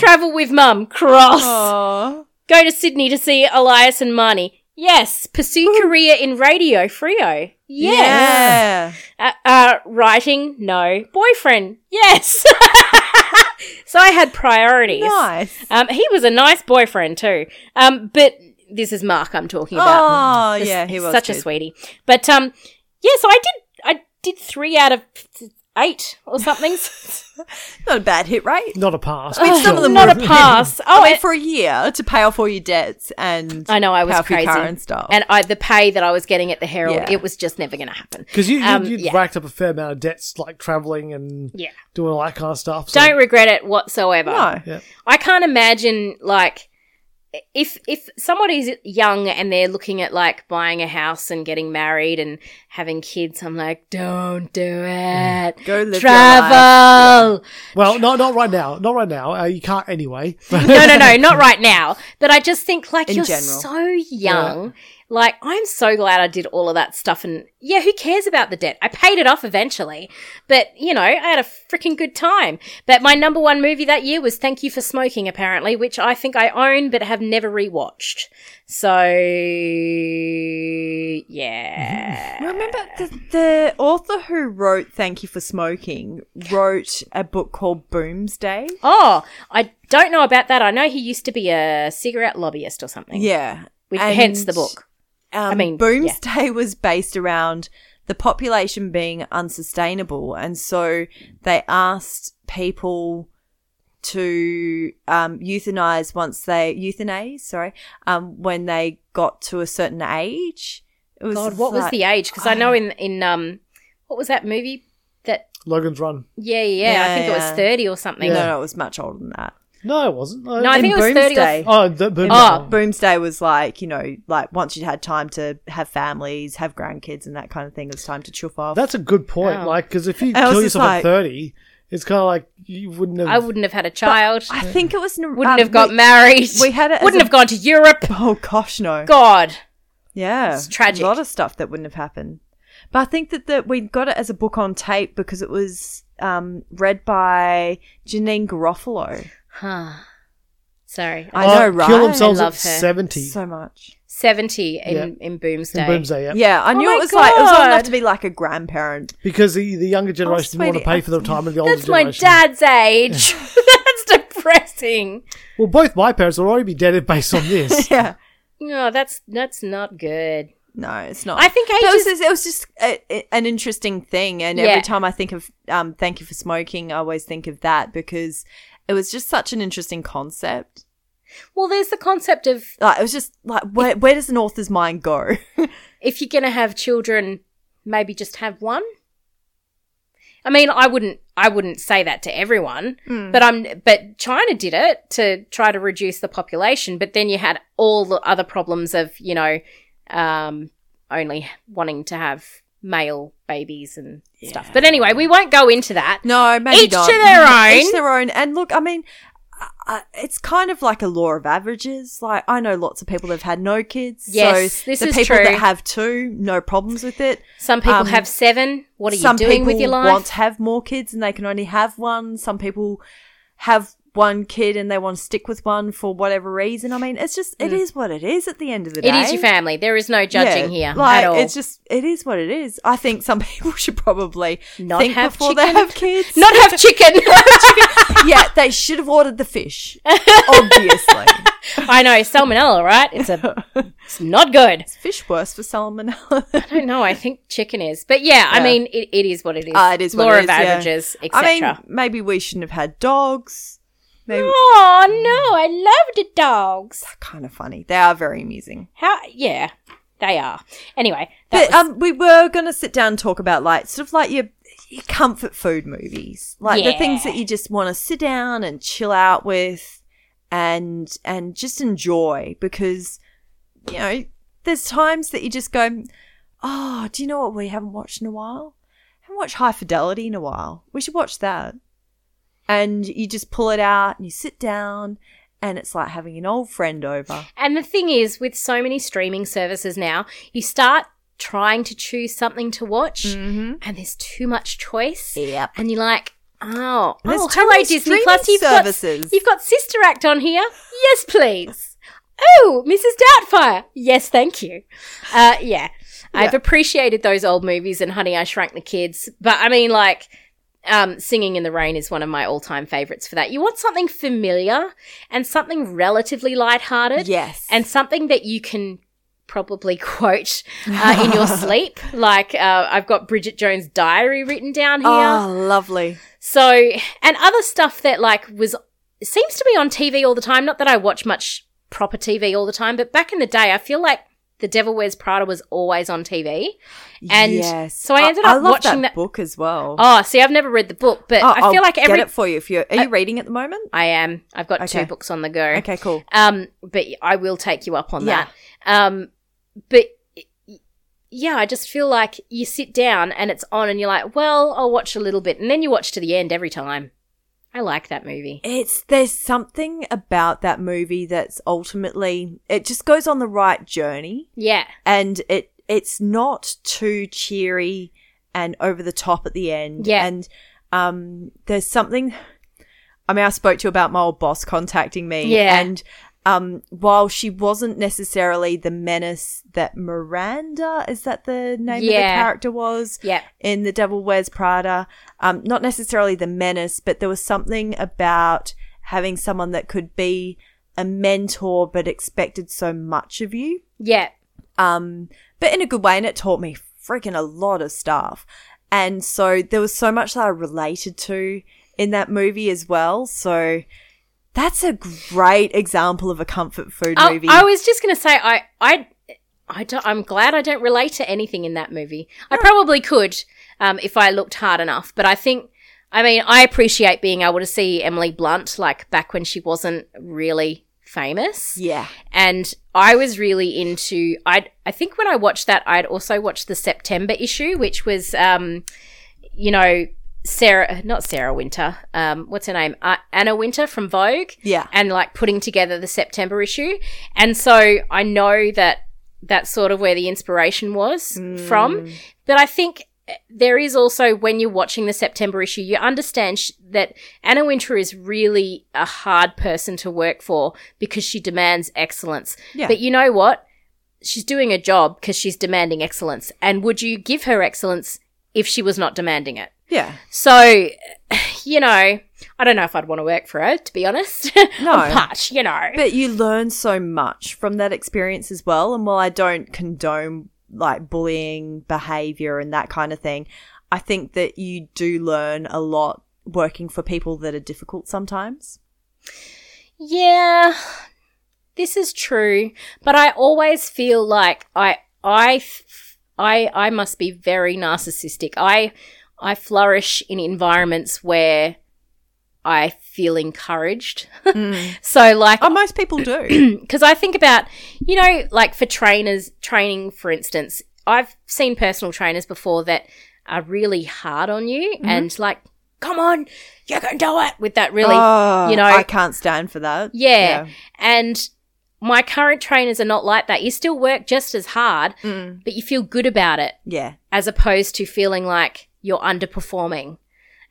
Speaker 6: Travel with mum, cross.
Speaker 7: Oh,
Speaker 6: Go to Sydney to see Elias and Marnie. Yes. Pursue career in radio, Frio. Yes.
Speaker 7: yeah.
Speaker 6: Uh, uh, writing, no. Boyfriend, yes. so I had priorities.
Speaker 7: Nice.
Speaker 6: Um, he was a nice boyfriend too. Um, but this is Mark I'm talking about.
Speaker 7: Oh,
Speaker 6: This-
Speaker 7: yeah, he was
Speaker 6: such a
Speaker 7: good.
Speaker 6: sweetie. But um, yeah. So I did. I did three out of eight or something.
Speaker 7: Not a bad hit rate.
Speaker 4: Not a pass.
Speaker 7: I mean, some of them
Speaker 6: not a
Speaker 7: were-
Speaker 6: pass. Oh,
Speaker 7: I mean,
Speaker 6: and-
Speaker 7: for a year to pay off all your debts and
Speaker 6: I know I was
Speaker 7: pay off your
Speaker 6: crazy.
Speaker 7: car and stuff.
Speaker 6: And I, the pay that I was getting at the Herald,
Speaker 7: Yeah.
Speaker 6: it was just never going to happen.
Speaker 4: Because you, you,
Speaker 6: Um,
Speaker 4: you'd
Speaker 6: yeah.
Speaker 4: racked up a fair amount of debts, like traveling and
Speaker 6: Yeah.
Speaker 4: doing all that kind of stuff. so-
Speaker 6: Don't regret it whatsoever.
Speaker 7: no,
Speaker 4: Yeah.
Speaker 6: I can't imagine like if if somebody's young and they're looking at like buying a house and getting married and having kids, I'm like, don't do it.
Speaker 7: Go Mm. live your
Speaker 6: Travel.
Speaker 4: Well, no, not right now. Not right now. Uh, you can't anyway.
Speaker 6: no, no, no, not right now. But I just think like
Speaker 7: In
Speaker 6: you're
Speaker 7: general.
Speaker 6: so young. Like I'm so glad I did all of that stuff and yeah, who cares about the debt? I paid it off eventually. But, you know, I had a freaking good time. But my number one movie that year was Thank You for Smoking apparently, which I think I own but have never rewatched. So yeah.
Speaker 7: remember the, the author who wrote "Thank You for Smoking" wrote a book called Boomsday.
Speaker 6: Oh, I don't know about that. I know he used to be a cigarette lobbyist or something.
Speaker 7: Yeah,
Speaker 6: Which,
Speaker 7: And,
Speaker 6: hence the book.
Speaker 7: Um,
Speaker 6: I mean,
Speaker 7: Boomsday was based around the population being unsustainable, and so they asked people to um, euthanize once they euthanize. Sorry, um, when they got to a certain age. It was
Speaker 6: God, what was
Speaker 7: like-
Speaker 6: the age? Because I know in in um, what was that movie? That
Speaker 4: Logan's Run.
Speaker 6: yeah, yeah, yeah I
Speaker 7: Yeah,
Speaker 6: think it was
Speaker 7: yeah.
Speaker 6: thirty or something.
Speaker 7: No, no, it was much older than that.
Speaker 4: No, it wasn't.
Speaker 6: No, I
Speaker 7: In
Speaker 6: think it was thirty. Or,
Speaker 7: Boomsday.
Speaker 4: Oh, the, the,
Speaker 6: Oh.
Speaker 7: Boomsday was like, you know, like once you'd had time to have families, have grandkids, and that kind of thing, it was time to chuff off.
Speaker 4: that's a good point.
Speaker 6: Oh.
Speaker 4: Like, because if you
Speaker 7: I was
Speaker 4: kill
Speaker 7: just
Speaker 4: yourself at
Speaker 7: like-
Speaker 4: thirty, it's kind of like you wouldn't have.
Speaker 6: I wouldn't have had a child.
Speaker 7: I think it was um,
Speaker 6: wouldn't have got married.
Speaker 7: uh, we had it as
Speaker 6: Wouldn't
Speaker 7: a-
Speaker 6: have gone to Europe.
Speaker 7: Oh gosh, no.
Speaker 6: God.
Speaker 7: Yeah,
Speaker 6: It's tragic.
Speaker 7: A lot of stuff that wouldn't have happened. But I think that that we got it as a book on tape because it was um, read by Janine Garofalo.
Speaker 6: Huh. Sorry.
Speaker 7: I
Speaker 4: Oh,
Speaker 7: know, right?
Speaker 4: Kill themselves
Speaker 6: I love
Speaker 4: at
Speaker 6: her.
Speaker 4: seventy
Speaker 7: so much.
Speaker 6: Seventy in in
Speaker 4: in
Speaker 6: Boomsday.
Speaker 4: Boomsday. Yeah.
Speaker 7: Yeah, I
Speaker 6: Oh
Speaker 7: knew
Speaker 6: my
Speaker 7: it was like it was old enough
Speaker 6: God.
Speaker 7: to be like a grandparent.
Speaker 4: because the, the younger generation didn't want to
Speaker 7: Oh, sweetie,
Speaker 4: pay for their time, and the older
Speaker 6: That's my
Speaker 4: generation.
Speaker 6: dad's age. that's depressing.
Speaker 4: Well, both my parents will already be dead based on this.
Speaker 7: Yeah,
Speaker 6: No, Oh, that's that's not good.
Speaker 7: no, it's not.
Speaker 6: I think
Speaker 7: But it was
Speaker 6: ages.
Speaker 7: just, it was just a, a- an interesting thing, and
Speaker 6: Yeah.
Speaker 7: every time I think of um, "Thank you for smoking," I always think of that because it was just such an interesting concept.
Speaker 6: Well, there's the concept of
Speaker 7: Like it was just like where, where does an author's mind go?
Speaker 6: if you're going to have children, maybe just have one. I mean, I wouldn't, I wouldn't say that to everyone,
Speaker 7: Hmm.
Speaker 6: but I'm, but China did it to try to reduce the population. But then you had all the other problems of, you know, um, only wanting to have male babies and stuff. But anyway, we won't go into that.
Speaker 7: No, maybe
Speaker 6: Each to
Speaker 7: not.
Speaker 6: their own.
Speaker 7: Each their own. And look, I mean, I- I- it's kind of like a law of averages. Like I know lots of people that have had no kids.
Speaker 6: Yes,
Speaker 7: so
Speaker 6: this
Speaker 7: the
Speaker 6: is
Speaker 7: people
Speaker 6: true.
Speaker 7: that have two, no problems with it.
Speaker 6: Some people
Speaker 7: Um,
Speaker 6: have seven. What are you
Speaker 7: Some
Speaker 6: doing
Speaker 7: people
Speaker 6: with your life?
Speaker 7: want to have more kids and they can only have one. Some people have one kid and they want to stick with one for whatever reason. I mean, it's just it is what it is. At the end of the day,
Speaker 6: Hmm. It is your family. There is no judging
Speaker 7: Yeah,
Speaker 6: here
Speaker 7: Like
Speaker 6: at all.
Speaker 7: it's just it is what it is. I think some people should probably
Speaker 6: Not
Speaker 7: think
Speaker 6: have
Speaker 7: before
Speaker 6: chicken.
Speaker 7: they have kids.
Speaker 6: Not have chicken.
Speaker 7: yeah, they should have ordered the fish. Obviously,
Speaker 6: I know salmonella, right? It's a, it's not good.
Speaker 7: Is fish worse for salmonella.
Speaker 6: I don't know. I think chicken is, but yeah, I
Speaker 7: Yeah.
Speaker 6: mean, it, it is what it is.
Speaker 7: Ah, it is
Speaker 6: law
Speaker 7: what it
Speaker 6: of
Speaker 7: is, yeah.
Speaker 6: averages,
Speaker 7: I mean,
Speaker 6: etc.
Speaker 7: maybe we shouldn't have had dogs. Maybe
Speaker 6: Oh no, I love the dogs.
Speaker 7: kind of funny. They are very amusing.
Speaker 6: How? Yeah, they are. Anyway, that
Speaker 7: But
Speaker 6: was-
Speaker 7: um, we were gonna sit down and talk about like sort of like your your comfort food movies, like the things
Speaker 6: Yeah.
Speaker 7: that you just want to sit down and chill out with, and and just enjoy because you know there's times that you just go, oh, do you know what we haven't watched in a while? haven't watched High Fidelity in a while. We should watch that. And you just pull it out and you sit down, and it's like having an old friend over.
Speaker 6: And the thing is, with so many streaming services now, you start trying to choose something to watch,
Speaker 7: Mm-hmm.
Speaker 6: and there's too much choice.
Speaker 7: Yep.
Speaker 6: And you're like, oh,
Speaker 7: There's
Speaker 6: oh
Speaker 7: too
Speaker 6: hello,
Speaker 7: many
Speaker 6: Disney
Speaker 7: streaming
Speaker 6: Plus. You've
Speaker 7: services.
Speaker 6: Got, you've got Sister Act on here. Yes, please. Oh, Mrs. Doubtfire. Yes, thank you. Uh, yeah. I've appreciated those old movies and Honey, I Shrunk the Kids. But I mean, like, um, Singing in the Rain is one of my all time favorites for that. You want something familiar and something relatively lighthearted.
Speaker 7: Yes.
Speaker 6: And something that you can probably quote uh, in your sleep. Like, uh, I've got Bridget Jones' diary written down here.
Speaker 7: Oh, lovely.
Speaker 6: So, and other stuff that like was seems to be on TV all the time. Not that I watch much proper TV all the time, but back in the day, I feel like The Devil Wears Prada was always on TV. And so I ended up
Speaker 7: love
Speaker 6: watching that.
Speaker 7: book as well.
Speaker 6: Oh, see, I've never read the book, but I feel
Speaker 7: I'll
Speaker 6: like every uh,
Speaker 7: get it for you. If you are you reading at the moment?
Speaker 6: I am. I've got two
Speaker 7: Okay.
Speaker 6: books on the go.
Speaker 7: Okay, cool.
Speaker 6: Um, but I will take you up on
Speaker 7: Yeah.
Speaker 6: that. Um, but yeah, I just feel like you sit down and it's on, and you're like, well, I'll watch a little bit, and then you watch to the end every time. I like that movie.
Speaker 7: It's there's something about that movie that's ultimately it just goes on the right journey,
Speaker 6: Yeah,
Speaker 7: and it it's not too cheery and over the top at the end.
Speaker 6: Yeah.
Speaker 7: and um, there's something. I mean, I spoke to you about my old boss contacting me,
Speaker 6: Yeah.
Speaker 7: and um, while she wasn't necessarily the menace that Miranda is that the name of
Speaker 6: Yeah.
Speaker 7: the character was,
Speaker 6: yeah,
Speaker 7: in The Devil Wears Prada. Um, not necessarily the menace, but there was something about having someone that could be a mentor but expected so much of you.
Speaker 6: yeah,
Speaker 7: Um, but in a good way, and it taught me freaking a lot of stuff. And so there was so much that I related to in that movie as well. So that's a great example of a comfort food
Speaker 6: I-
Speaker 7: movie.
Speaker 6: I, was just gonna say, I, I, I don't, I'm glad I don't relate to anything in that movie.
Speaker 7: Oh.
Speaker 6: I probably could um, if I looked hard enough, but I think, I mean, I appreciate being able to see Emily Blunt like back when she wasn't really famous.
Speaker 7: yeah.
Speaker 6: and I was really into. I I think when I watched that, I'd also watched the September issue, which was, um, you know, Sarah, not Sarah Winter, um, what's her name, uh, Anna Winter from Vogue,
Speaker 7: Yeah.
Speaker 6: and like putting together the September issue, and so I know that that's sort of where the inspiration was from, but I think. There is also when you're watching the September issue, you understand sh- that Anna Winter is really a hard person to work for because she demands excellence.
Speaker 7: Yeah.
Speaker 6: But you know what? She's doing a job because she's demanding excellence. And would you give her excellence if she was not demanding it?
Speaker 7: Yeah.
Speaker 6: So, you know, I don't know if I'd want to work for her, to be honest.
Speaker 7: No.
Speaker 6: but, you know.
Speaker 7: But you learn so much from that experience as well. And while I don't condone like bullying behavior and that kind of thing, I think that you do learn a lot working for people that are difficult sometimes.
Speaker 6: Yeah, this is true, but I always feel like I I f- I I must be very narcissistic. I I flourish in environments where I feel encouraged. so, like,
Speaker 7: Oh, most people do.
Speaker 6: because I think about, you know, like for trainers, training, for instance, I've seen personal trainers before that are really hard on you and like, come on, you can do it with that really,
Speaker 7: Oh,
Speaker 6: you know,
Speaker 7: I can't stand for that.
Speaker 6: yeah. And my current trainers are not like that. You still work just as hard, but you feel good about it
Speaker 7: Yeah.
Speaker 6: as opposed to feeling like you're underperforming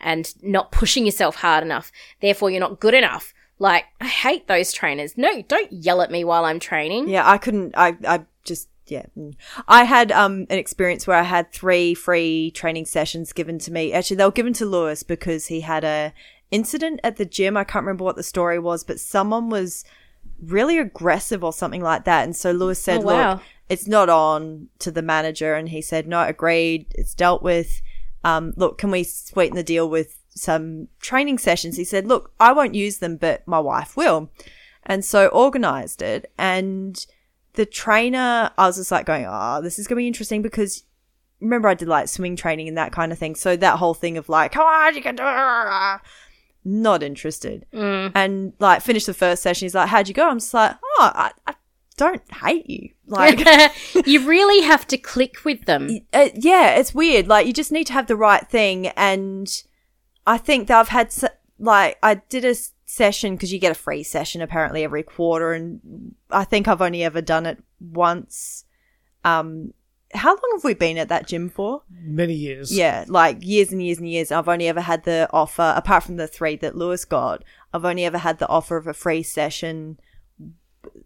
Speaker 6: and not pushing yourself hard enough. Therefore, you're not good enough. Like, I hate those trainers. No, don't yell at me while I'm training.
Speaker 7: Yeah, I couldn't. I, I just, yeah. mm. I had um an experience where I had three free training sessions given to me. Actually, they were given to Lewis because he had a incident at the gym. I can't remember what the story was, but someone was really aggressive or something like that. And so Lewis said,
Speaker 6: Oh, wow.
Speaker 7: "Look, it's not on to the manager." And he said, "No, agreed. It's dealt with. Um, look, can we sweeten the deal with some training sessions?" He said, "Look, I won't use them, but my wife will." And so organized it. And the trainer, I was just like going, oh, this is going to be interesting because remember I did like swing training and that kind of thing. So that whole thing of like, come on, you can do it. Not interested. And like finished the first session. He's like, how'd you go? I'm just like, oh, I, I don't hate you. Like,
Speaker 6: you really have to click with them.
Speaker 7: uh, yeah, it's weird. Like you just need to have the right thing, and I think that I've had s like I did a s- session because you get a free session apparently every quarter, and I think I've only ever done it once. Um, how long have we been at that gym for?
Speaker 4: Many years.
Speaker 7: Yeah, like years and years and years. I've only ever had the offer, apart from the three that Lewis got, I've only ever had the offer of a free session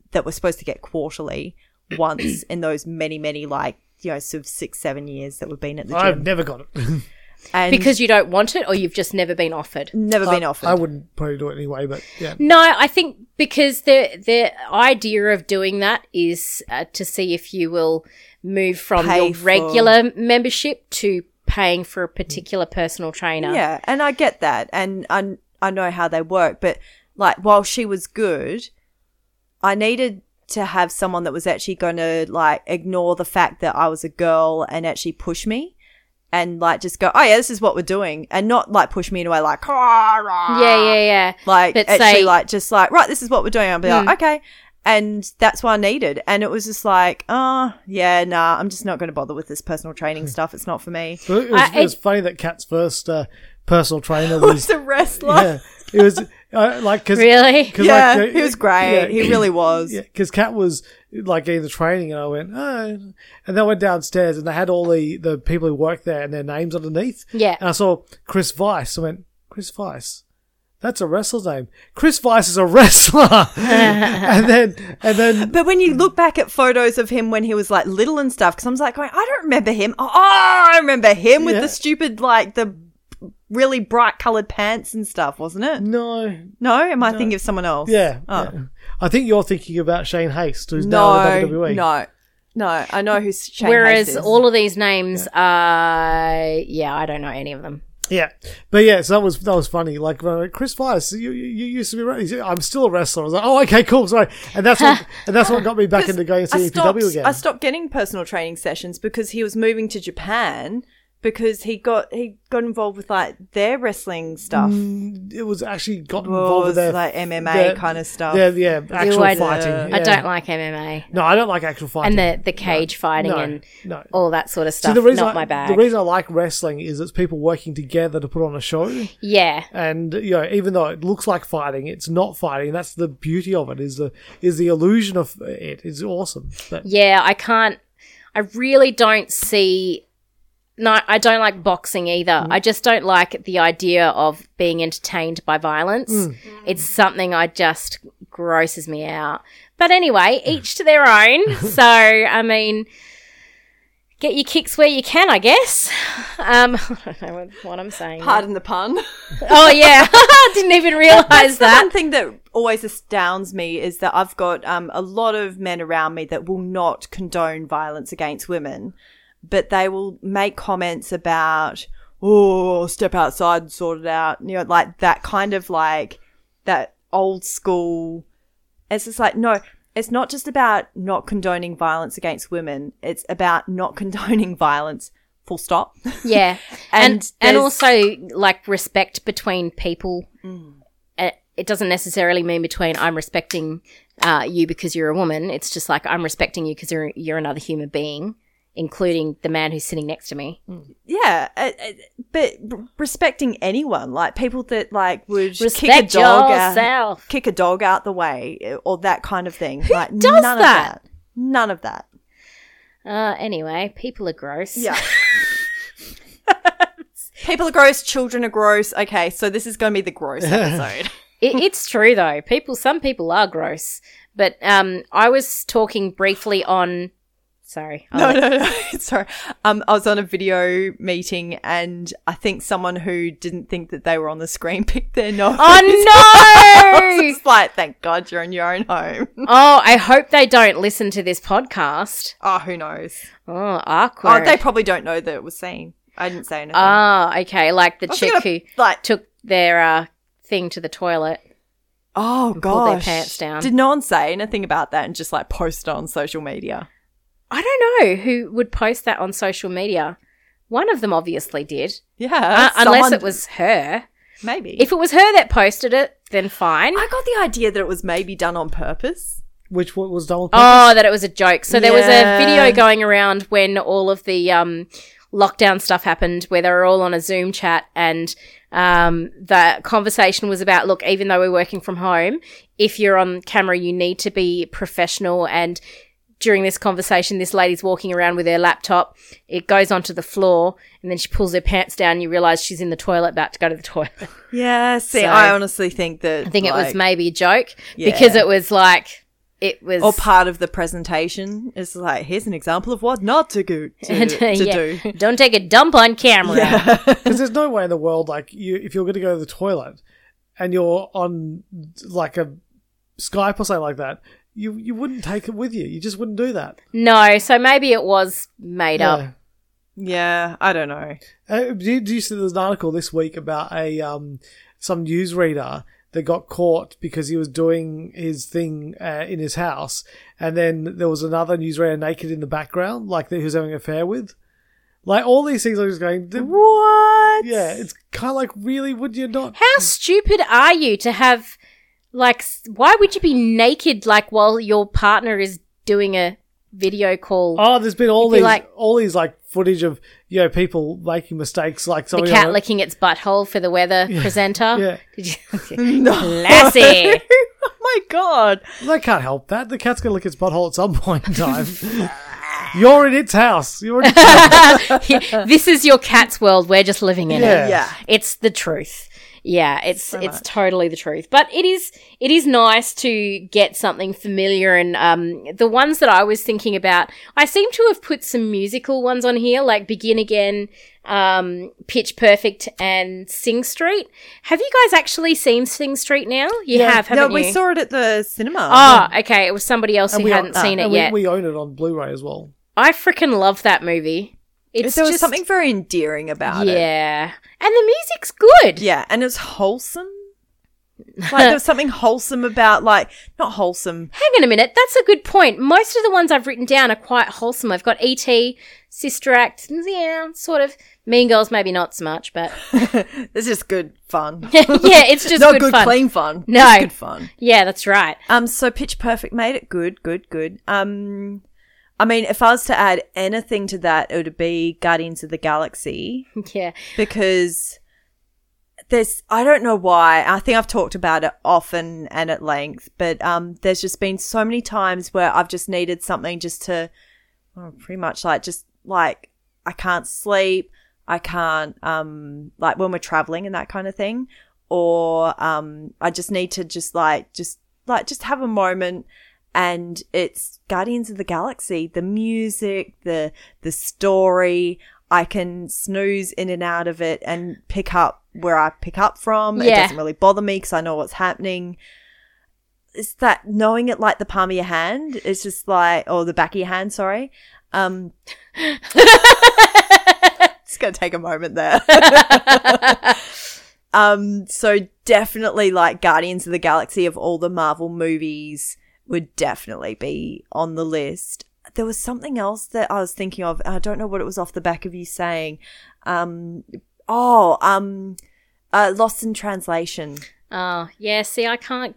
Speaker 7: that we're supposed to get quarterly once in those many, many, like, you know, sort of six, seven years that we've been at the
Speaker 4: I've
Speaker 7: gym.
Speaker 4: never got it.
Speaker 7: And
Speaker 6: Because you don't want it or you've just never been offered.
Speaker 7: never been
Speaker 4: I-
Speaker 7: offered.
Speaker 4: I wouldn't probably do it anyway, but yeah.
Speaker 6: No, I think because the the idea of doing that is uh, to see if you will move from
Speaker 7: Pay
Speaker 6: your
Speaker 7: for-
Speaker 6: regular membership to paying for a particular personal trainer.
Speaker 7: Yeah, and I get that, and I I know how they work, but like while she was good, I needed to have someone that was actually going to like ignore the fact that I was a girl and actually push me. And like just go, oh yeah, this is what we're doing, and not like push me in a way like, "Ah, rah."
Speaker 6: Yeah, yeah, yeah.
Speaker 4: Ah.
Speaker 7: like
Speaker 6: But
Speaker 7: actually
Speaker 6: say- Hmm.
Speaker 7: like just like right, this is what we're doing. I'll be like, okay, and that's what I needed, and it was just like, oh yeah, nah, I'm just not going to bother with this personal training stuff. It's not for me.
Speaker 4: But it, was,
Speaker 6: I-
Speaker 4: it was funny that Kat's first uh, personal trainer was.
Speaker 7: It's a wrestler.
Speaker 4: yeah, it was uh, like because
Speaker 6: Really?
Speaker 7: Yeah, he was great. He really was.
Speaker 4: Yeah, because Kat was like in the training, and I went, oh. And then I went downstairs, and they had all the, the people who worked there and their names underneath.
Speaker 6: Yeah.
Speaker 4: And I saw Chris Weiss. I went, Chris Weiss? That's a wrestler's name. Chris Weiss is a wrestler. and then, and then,
Speaker 7: But when you look back at photos of him when he was like little and stuff, because I'm like, going, I don't remember him. Oh, I remember him with
Speaker 4: Yeah.
Speaker 7: the stupid, like the really bright colored pants and stuff, wasn't it?
Speaker 4: no.
Speaker 7: No, am I thinking of someone else?
Speaker 4: Yeah.
Speaker 7: Oh.
Speaker 4: yeah. I think you're thinking about Shane Haste, who's now
Speaker 7: No,
Speaker 4: in the E. WWE.
Speaker 7: no, no. I know who's Shane
Speaker 6: Whereas
Speaker 7: Hayes is.
Speaker 6: all of these names are, yeah, I don't know any of them.
Speaker 4: Yeah, but yeah, so that was that was funny. Like uh, Chris Weiss, you, you you used to be. wre- he said, I'm still a wrestler. I was like, oh, okay, cool, sorry. And that's what and that's what got me back into going to
Speaker 7: I stopped,
Speaker 4: EPW again.
Speaker 7: I stopped getting personal training sessions because he was moving to Japan because he got he got involved with like their wrestling stuff.
Speaker 4: It was actually got
Speaker 7: Well,
Speaker 4: involved
Speaker 7: it
Speaker 4: with their,
Speaker 7: was like MMA kind of stuff.
Speaker 4: Yeah, yeah, actual
Speaker 6: I-
Speaker 4: fighting.
Speaker 6: I
Speaker 4: yeah.
Speaker 6: don't like MMA
Speaker 4: No, I don't like actual fighting.
Speaker 6: and the, the cage fighting
Speaker 4: No,
Speaker 6: and
Speaker 4: no.
Speaker 6: all that sort of
Speaker 4: See,
Speaker 6: stuff.
Speaker 4: the reason
Speaker 6: Not
Speaker 4: I,
Speaker 6: my bag.
Speaker 4: The reason I like wrestling is it's people working together to put on a show.
Speaker 6: yeah.
Speaker 4: and you know even though it looks like fighting it's not fighting that's the beauty of it is the is the illusion of it it's awesome but
Speaker 6: Yeah, I can't. I really don't see. No, I don't like boxing either. I just don't like the idea of being entertained by violence. It's something I just grosses me out. But anyway, each to their own. so, I mean, get your kicks where you can, I guess. Um, I don't know what, what I'm saying.
Speaker 7: Pardon the pun.
Speaker 6: Oh, yeah. Didn't even realize
Speaker 7: That's the
Speaker 6: that.
Speaker 7: one thing that always astounds me is that I've got um, a lot of men around me that will not condone violence against women, but they will make comments about, oh, step outside and sort it out. You know, like that kind of like that old school. It's just like, no, it's not just about not condoning violence against women, it's about not condoning violence full stop.
Speaker 6: Yeah.
Speaker 7: And
Speaker 6: and and
Speaker 7: there's-
Speaker 6: also like respect between people.
Speaker 7: Mm.
Speaker 6: Uh, It doesn't necessarily mean between I'm respecting uh, you because you're a woman. It's just like I'm respecting you because you're, you're another human being, including the man who's sitting next to me.
Speaker 7: yeah, uh, uh, but r- respecting anyone, like people that like would kick a
Speaker 6: Respect
Speaker 7: dog out,
Speaker 6: yourself.
Speaker 7: kick a dog out the way uh, or that kind of thing. Like
Speaker 6: does
Speaker 7: none of
Speaker 6: that?
Speaker 7: that. None of that.
Speaker 6: Uh, anyway, people are gross.
Speaker 7: Yeah. People are gross, children are gross. Okay, so this is going to be the gross episode.
Speaker 6: It, it's true though. People, some people are gross. But um, I was talking briefly on. Sorry. I'll
Speaker 7: no,
Speaker 6: let-
Speaker 7: no, no. Sorry. Um, I was on a video meeting and I think someone who didn't think that they were on the screen picked their nose. I
Speaker 6: Oh
Speaker 7: was
Speaker 6: no!
Speaker 7: just like, thank God you're in your own home.
Speaker 6: oh, I hope they don't listen to this podcast.
Speaker 7: Oh, who knows?
Speaker 6: Oh, awkward.
Speaker 7: Oh, they probably don't know that it was seen. I didn't say anything.
Speaker 6: Ah, okay. Like the
Speaker 7: I was
Speaker 6: chick
Speaker 7: gonna,
Speaker 6: who
Speaker 7: like,
Speaker 6: took their uh, thing to the toilet.
Speaker 7: oh
Speaker 6: pulled
Speaker 7: gosh,
Speaker 6: their pants down.
Speaker 7: Did no one say anything about that and just like post it on social media?
Speaker 6: I don't know who would post that on social media. One of them obviously did,
Speaker 7: Yeah,
Speaker 6: uh, unless
Speaker 7: someone-
Speaker 6: it was her.
Speaker 7: maybe.
Speaker 6: If it was her that posted it, then fine.
Speaker 7: I got the idea that it was maybe done on purpose.
Speaker 4: Which one was Donald?
Speaker 6: Oh, that it was a joke. So there was
Speaker 7: Yeah.
Speaker 6: a video going around when all of the um, lockdown stuff happened, where they were all on a Zoom chat, and um, the conversation was about, look, even though we're working from home, if you're on camera, you need to be professional. And during this conversation, this lady's walking around with her laptop. It goes onto the floor, and then she pulls her pants down. You realise she's in the toilet, about to go to the toilet.
Speaker 7: Yeah, see,
Speaker 6: So-
Speaker 7: I honestly think that
Speaker 6: I think it was
Speaker 7: made
Speaker 6: maybe a joke
Speaker 7: Yeah.
Speaker 6: because it was like. It was
Speaker 7: or part of the presentation. It's like here's an example of what not to go to, to do.
Speaker 6: not take a dump on camera.
Speaker 4: Because there's no way in the world, like, you if you're going to go to the toilet and you're on like a Skype or something like that, you you wouldn't take it with you. You just wouldn't do that.
Speaker 6: No, so maybe it was made up.
Speaker 7: Yeah, I don't know.
Speaker 4: Uh, do, you- do you see there's an article this week about a um, some newsreader that got caught because he was doing his thing uh, in his house, and then there was another newsreader naked in the background, like that he was having an affair with. Like all these things, I was going,
Speaker 7: What?
Speaker 4: yeah, it's kind of like, really, would you not?
Speaker 6: How stupid are you to have like s- why would you be naked like while your partner is doing a video call?
Speaker 4: Oh, there's been all
Speaker 6: It'd be
Speaker 4: these,
Speaker 6: like-
Speaker 4: all these like footage of you know people making mistakes, like
Speaker 6: the
Speaker 4: something
Speaker 6: cat
Speaker 4: on a-
Speaker 6: licking its butthole for the weather presenter.
Speaker 4: yeah.
Speaker 6: Did you- Classy.
Speaker 7: oh my god.
Speaker 4: They can't help that. The cat's gonna lick its butthole at some point in time. You're in its house. You're in its house.
Speaker 6: this is your cat's world. We're just living in
Speaker 4: Yeah.
Speaker 6: it.
Speaker 7: Yeah.
Speaker 6: It's the truth. Yeah, it's it's totally the truth. But it is it is nice to get something familiar and um the ones that I was thinking about, I seem to have put some musical ones on here like Begin Again, um Pitch Perfect and Sing Street. Have you guys actually seen Sing Street now? You have, haven't
Speaker 7: no, we
Speaker 6: you?
Speaker 7: saw it at the cinema.
Speaker 6: Oh, okay. It was somebody else who
Speaker 4: we
Speaker 6: hadn't
Speaker 4: own-
Speaker 6: seen it
Speaker 4: and
Speaker 6: yet.
Speaker 4: We, we own it on Blu-ray as well.
Speaker 6: I freaking love that movie. It's
Speaker 7: there was
Speaker 6: just-
Speaker 7: something very endearing about it.
Speaker 6: yeah. And the music's good.
Speaker 7: Yeah, and it's wholesome. Like there was something wholesome about like not wholesome.
Speaker 6: Hang on a minute. That's a good point. Most of the ones I've written down are quite wholesome. I've got E.T., Sister Act, yeah, sort of. Mean Girls, maybe not so much, but
Speaker 7: It's just good fun.
Speaker 6: yeah, it's just
Speaker 7: not
Speaker 6: good,
Speaker 7: good,
Speaker 6: fun.
Speaker 7: clean fun.
Speaker 6: No.
Speaker 7: Just good fun.
Speaker 6: Yeah, that's right.
Speaker 7: Um, so Pitch Perfect made it good, good, good. Um, I mean, if I was to add anything to that, it would be Guardians of the Galaxy
Speaker 6: Yeah.
Speaker 7: because there's I don't know why. I think I've talked about it often and at length, but um, there's just been so many times where I've just needed something just to well, pretty much like just like I can't sleep, I can't um like when we're traveling and that kind of thing, or um I just need to just like just like just have a moment. And it's Guardians of the Galaxy, the music, the the story. I can snooze in and out of it and pick up where I pick up from. It
Speaker 6: Yeah.
Speaker 7: doesn't really bother me because I know what's happening. It's that knowing it like the palm of your hand. It's just like, or the back of your hand. Sorry, um, it's going to take a moment there. um, so definitely like Guardians of the Galaxy of all the Marvel movies would definitely be on the list. there was something else that I was thinking of. I don't know what it was off the back of you saying. Um, oh, um, uh, lost in translation.
Speaker 6: Oh, yeah. See, I can't.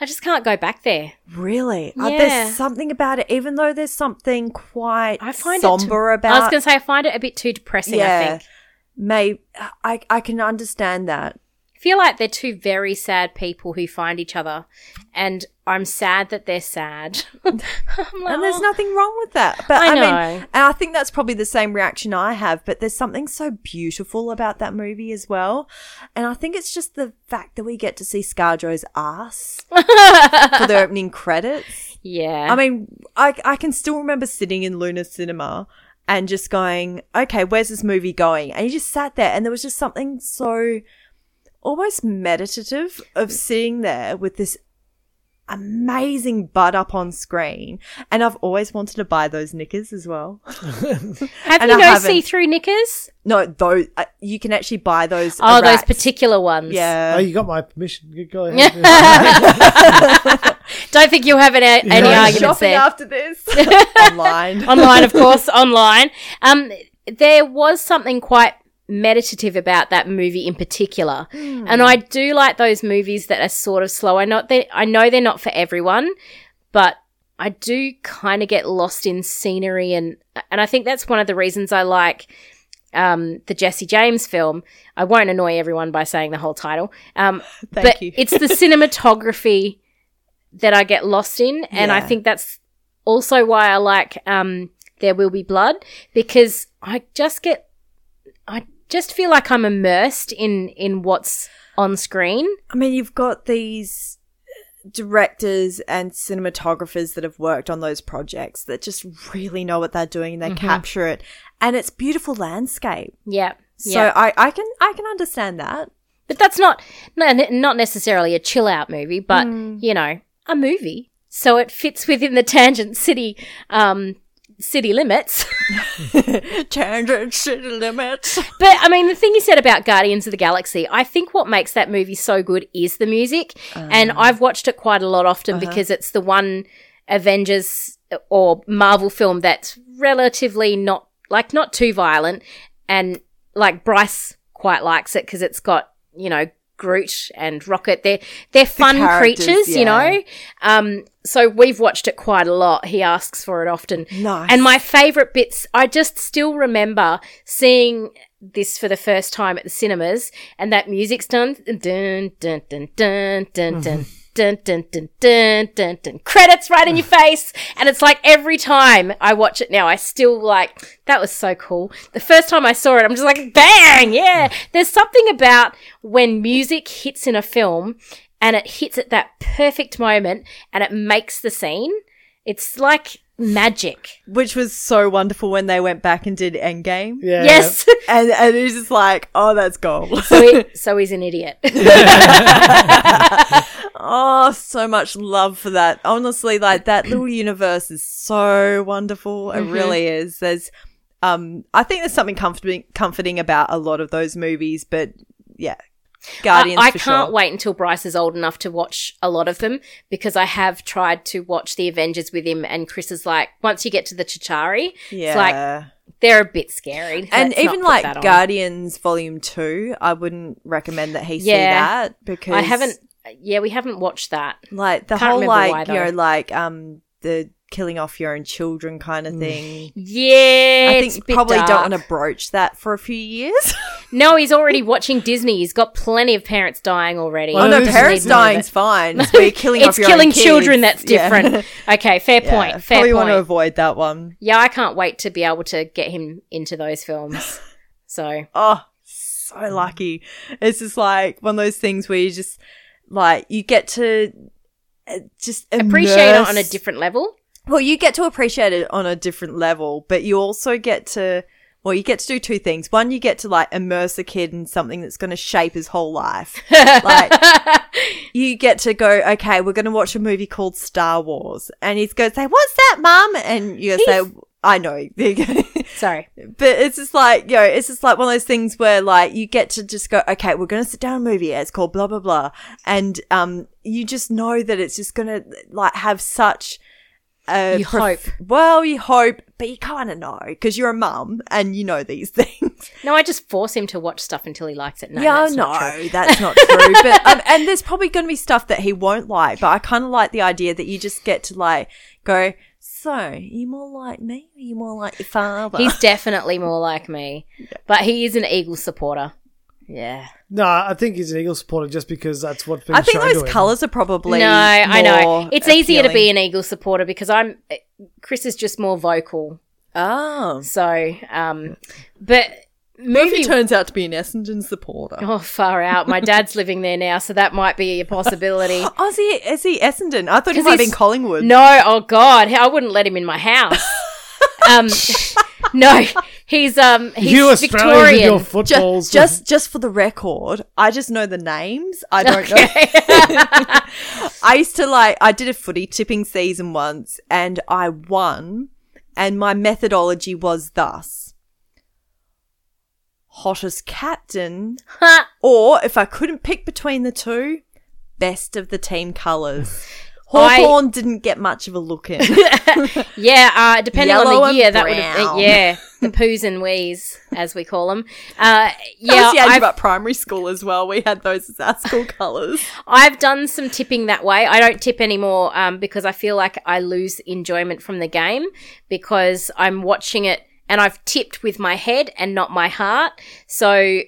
Speaker 6: I just can't go back there.
Speaker 7: Really? Uh,
Speaker 6: Yeah.
Speaker 7: there's something about it, even though there's something quite
Speaker 6: I find
Speaker 7: somber
Speaker 6: it. too-
Speaker 7: about.
Speaker 6: I was going to say I find it a bit too depressing. I think.
Speaker 7: May I I can understand that.
Speaker 6: I feel like they're two very sad people who find each other, and I'm sad that they're sad. I'm like,
Speaker 7: And there's
Speaker 6: "Oh."
Speaker 7: nothing wrong with that. But
Speaker 6: I
Speaker 7: I, mean
Speaker 6: know.
Speaker 7: and I think that's probably the same reaction I have, but there's something so beautiful about that movie as well. And I think it's just the fact that we get to see Scarjo's ass for the opening credits.
Speaker 6: Yeah.
Speaker 7: I mean, I I can still remember sitting in Luna Cinema and just going, Okay, where's this movie going? And you just sat there and there was just something so almost meditative of sitting there with this amazing butt up on screen. And I've always wanted to buy those knickers as well.
Speaker 6: have
Speaker 7: and
Speaker 6: you
Speaker 7: I
Speaker 6: no
Speaker 7: haven't.
Speaker 6: see-through knickers?
Speaker 7: No, those uh, you can actually buy those.
Speaker 6: Oh,
Speaker 7: racks.
Speaker 6: those particular ones.
Speaker 4: Oh,
Speaker 7: Yeah.
Speaker 4: you got my permission. You Go ahead.
Speaker 6: Don't think you'll have any, any
Speaker 4: Yeah.
Speaker 6: arguments
Speaker 7: Shopping
Speaker 6: there.
Speaker 7: after this online.
Speaker 6: online, of course, online. Um, there was something quite meditative about that movie in particular,
Speaker 7: Hmm.
Speaker 6: and I do like those movies that are sort of slow. I know they, I know they're not for everyone, but I do kind of get lost in scenery, and and I think that's one of the reasons I like. Um, the Jesse James film. I won't annoy everyone by saying the whole title. Um,
Speaker 7: Thank
Speaker 6: but
Speaker 7: you.
Speaker 6: it's the cinematography that I get lost in, and I
Speaker 7: Yeah.
Speaker 6: think that's also why I like um, There Will Be Blood because I just get, I just feel like I'm immersed in in what's on screen.
Speaker 7: I mean, you've got these directors and cinematographers that have worked on those projects that just really know what they're doing and they capture it. And it's beautiful landscape.
Speaker 6: Yeah.
Speaker 7: So
Speaker 6: yeah.
Speaker 7: I, I can I can understand that.
Speaker 6: but that's not no, n- not necessarily a chill out movie, but
Speaker 7: Hmm.
Speaker 6: you know, a movie. So it fits within the Tangent City um, city limits.
Speaker 7: Tangent city limits.
Speaker 6: But I mean, the thing you said about Guardians of the Galaxy, I think what makes that movie so good is the music.
Speaker 7: Ah.
Speaker 6: and I've watched it quite a lot often
Speaker 7: Uh-huh.
Speaker 6: because it's the one Avengers or Marvel film that's relatively not, like, not too violent. And, like, Bryce quite likes it because it's got, you know, Groot and Rocket. They're, they're fun
Speaker 7: characters,
Speaker 6: creatures, you
Speaker 7: yeah.
Speaker 6: know? Um, so we've watched it quite a lot. He asks for it often.
Speaker 7: Nice.
Speaker 6: And my favorite bits, I just still remember seeing this for the first time at the cinemas and that music's done dun dun dun dun dun dun. Dun, dun, dun, dun, dun, dun. Credits right in your face. And it's like every time I watch it now, I still like, that was so cool. The first time I saw it, I'm just like, bang, yeah. There's something about when music hits in a film and it hits at that perfect moment and it makes the scene. It's like magic.
Speaker 7: Which was so wonderful when they went back and did Endgame.
Speaker 4: Yeah.
Speaker 6: Yes.
Speaker 7: And and it was just like, oh that's gold.
Speaker 6: so, he- so he's an idiot.
Speaker 7: Oh, so much love for that. Honestly, like that little universe is so wonderful.
Speaker 6: Mm-hmm.
Speaker 7: It really is. There's, um, I think there's something comforting, comforting about a lot of those movies, but yeah, Guardians.
Speaker 6: I, I
Speaker 7: for
Speaker 6: can't
Speaker 7: sure.
Speaker 6: wait until Bryce is old enough to watch a lot of them because I have tried to watch the Avengers with him, and Chris is like, once you get to the Chitari, it's like
Speaker 7: Yeah,
Speaker 6: they're a bit scary.
Speaker 7: and
Speaker 6: Let's not
Speaker 7: even
Speaker 6: put that
Speaker 7: like
Speaker 6: on.
Speaker 7: Guardians Volume Two, I wouldn't recommend that he see
Speaker 6: Yeah.
Speaker 7: that because
Speaker 6: I haven't. Yeah, we haven't watched that.
Speaker 7: like the
Speaker 6: can't
Speaker 7: whole
Speaker 6: remember
Speaker 7: like
Speaker 6: why,
Speaker 7: you know
Speaker 6: though.
Speaker 7: like um the killing off your own children kind of thing.
Speaker 6: Yeah,
Speaker 7: I
Speaker 6: Mm. it's a
Speaker 7: think
Speaker 6: bit
Speaker 7: probably
Speaker 6: dark.
Speaker 7: don't want to broach that for a few years.
Speaker 6: No, he's already watching Disney. He's got plenty of parents dying already.
Speaker 4: Oh,
Speaker 7: Oh,
Speaker 4: no,
Speaker 7: no,
Speaker 4: this is-
Speaker 7: parents
Speaker 6: Need more of
Speaker 7: dying's
Speaker 6: it.
Speaker 7: fine. It's where you're killing
Speaker 6: It's
Speaker 7: off your
Speaker 6: killing
Speaker 7: own kids.
Speaker 6: children that's
Speaker 7: Yeah.
Speaker 6: different. Okay, fair
Speaker 7: Yeah,
Speaker 6: point. Fair
Speaker 7: Probably
Speaker 6: point.
Speaker 7: want to avoid that one.
Speaker 6: Yeah, I can't wait to be able to get him into those films. So
Speaker 7: Oh, so lucky. It's just like one of those things where you just like you get to uh, just
Speaker 6: appreciate it on a
Speaker 7: immerse-
Speaker 6: different level.
Speaker 7: Well, you get to appreciate it on a different level, but you also get to well, you get to do two things. One, you get to like immerse a kid in something that's going to shape his whole life. like you get to go, okay, we're going to watch a movie called Star Wars, and he's going to say, "What's that, mum?" And you say, "I know."
Speaker 6: Sorry.
Speaker 7: But it's just like, yo, it's just like one of those things where like you get to just go, okay, we're going to sit down and movie. It's called blah, blah, blah. And, um, you just know that it's just going to like have such a
Speaker 6: You hope.
Speaker 7: Well, you hope, but you kind of know because you're a mum and you know these things.
Speaker 6: No, I just force him to watch stuff until he likes it. No,
Speaker 7: yeah,
Speaker 6: that's
Speaker 7: no,
Speaker 6: not true.
Speaker 7: that's not true. But um, and there's probably going to be stuff that he won't like. But I kind of like the idea that you just get to like go. So, you more like me, or you more like your father?
Speaker 6: He's definitely more like me, but he is an Eagle supporter. Yeah.
Speaker 4: No, I think he's an Eagle supporter just because that's what.
Speaker 7: I think those colours are probably
Speaker 6: no, I know.
Speaker 7: more
Speaker 6: It's easier to be
Speaker 7: appealing.
Speaker 6: an Eagle supporter because I'm. Chris is just more vocal.
Speaker 7: Oh,
Speaker 6: So, um, but
Speaker 7: movie
Speaker 6: movie.
Speaker 7: turns out to be an Essendon supporter.
Speaker 6: Oh, far out. My dad's living there now, so that might be a possibility.
Speaker 7: Oh, is he, is he Essendon? I thought he
Speaker 6: 'Cause
Speaker 7: might have been
Speaker 6: he's-
Speaker 7: Collingwood.
Speaker 6: No, oh God, I wouldn't let him in my house. um, no, he's um, he's
Speaker 4: You Australians with
Speaker 6: Victorian.
Speaker 4: your
Speaker 7: Ju-
Speaker 4: footballs.
Speaker 7: Just, just for the record, I just know the names. I don't know. I used to like I did a footy tipping season once and I won and my methodology was thus. Hottest captain or if I couldn't pick between the two, best of the team colours.
Speaker 6: I-
Speaker 7: Hawthorn didn't get much of a look in.
Speaker 6: yeah, uh, depending
Speaker 7: Yellow
Speaker 6: on the
Speaker 7: and
Speaker 6: year, that would have
Speaker 7: brown.
Speaker 6: yeah, the poos and wees as we call them. Uh,
Speaker 7: That
Speaker 6: yeah,
Speaker 7: was the age
Speaker 6: I've,
Speaker 7: about primary school as well. We had those as our school colours.
Speaker 6: I've done some tipping that way. I don't tip anymore um, because I feel like I lose enjoyment from the game because I'm watching it and I've tipped with my head and not my heart. So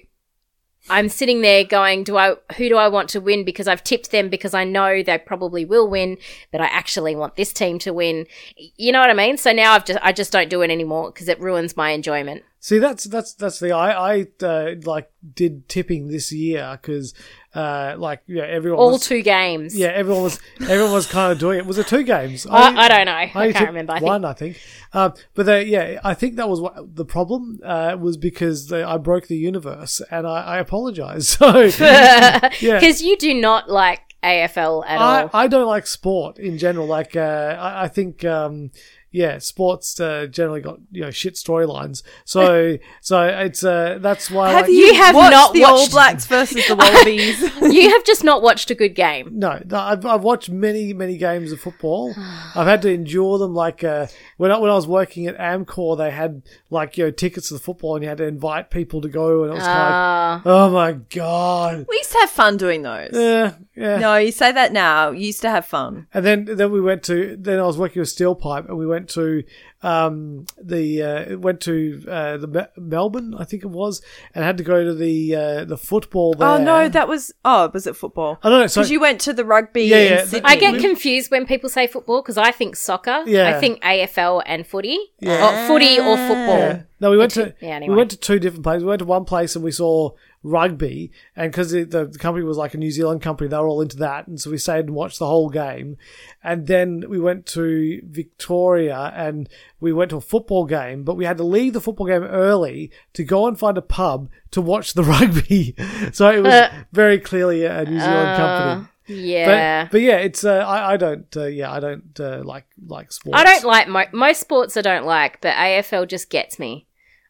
Speaker 6: I'm sitting there going, do I who do I want to win because I've tipped them because I know they probably will win, but I actually want this team to win. You know what I mean? So now I've just I just don't do it anymore because it ruins my enjoyment.
Speaker 4: See, that's that's that's the I I uh, like did tipping this year because uh, like yeah everyone
Speaker 6: All
Speaker 4: was,
Speaker 6: two games.
Speaker 4: yeah everyone was everyone was kind of doing it. Was it two games?
Speaker 6: I, I don't know. I,
Speaker 4: only
Speaker 6: can't
Speaker 4: took
Speaker 6: remember. I think
Speaker 4: one, I think. Um, but they, yeah, I think that was what, the problem uh, was because they, I broke the universe, and I, I apologize. So yeah.
Speaker 6: because you do not like AFL at
Speaker 4: I,
Speaker 6: all.
Speaker 4: I don't like sport in general. Like, uh, I, I think, um, yeah, sports uh, generally got you know shit storylines. So, so it's uh, that's why.
Speaker 7: Have
Speaker 4: like,
Speaker 7: you,
Speaker 6: have
Speaker 7: watched
Speaker 6: not
Speaker 7: the All
Speaker 6: watched-
Speaker 7: Blacks versus the Wallabies?
Speaker 6: you have just not watched a good game.
Speaker 4: No, no I've, I've watched many, many games of football. I've had to endure them. Like uh, when I, when I was working at Amcor, they had like you know tickets to the football, and you had to invite people to go, and it was
Speaker 7: Ah.
Speaker 6: Uh,
Speaker 4: kind of like, oh my god,
Speaker 7: we used to have fun doing those.
Speaker 4: yeah, yeah.
Speaker 7: No, you say that now. You used to have fun.
Speaker 4: And then then we went to then I was working with Steel Pipe, and we went to um, the uh, went to uh, the Me- Melbourne, I think it was, and had to go to the uh, the football. There.
Speaker 7: Oh no, that was oh, was it football?
Speaker 4: I don't know. So
Speaker 7: Because you went to the rugby
Speaker 4: Yeah, yeah,
Speaker 7: in Sydney.
Speaker 6: I get confused when people say football because I think soccer.
Speaker 4: Yeah.
Speaker 6: I think AFL and footy. Or footy or football.
Speaker 4: Yeah. No, we went
Speaker 6: The two-
Speaker 4: to
Speaker 6: yeah,
Speaker 4: we
Speaker 6: anyway.
Speaker 4: went to two different places. We went to one place and we saw rugby, and because the, the, the company was like a New Zealand company, they were all into that, and so we stayed and watched the whole game. And then we went to Victoria and we went to a football game, but we had to leave the football game early to go and find a pub to watch the rugby. so it was very clearly a New Zealand company.
Speaker 6: Oh, Yeah.
Speaker 4: But, but yeah, it's uh, I, I don't uh, yeah I don't uh, like like sports.
Speaker 6: I don't like mo- most sports. I don't like, but AFL just gets me.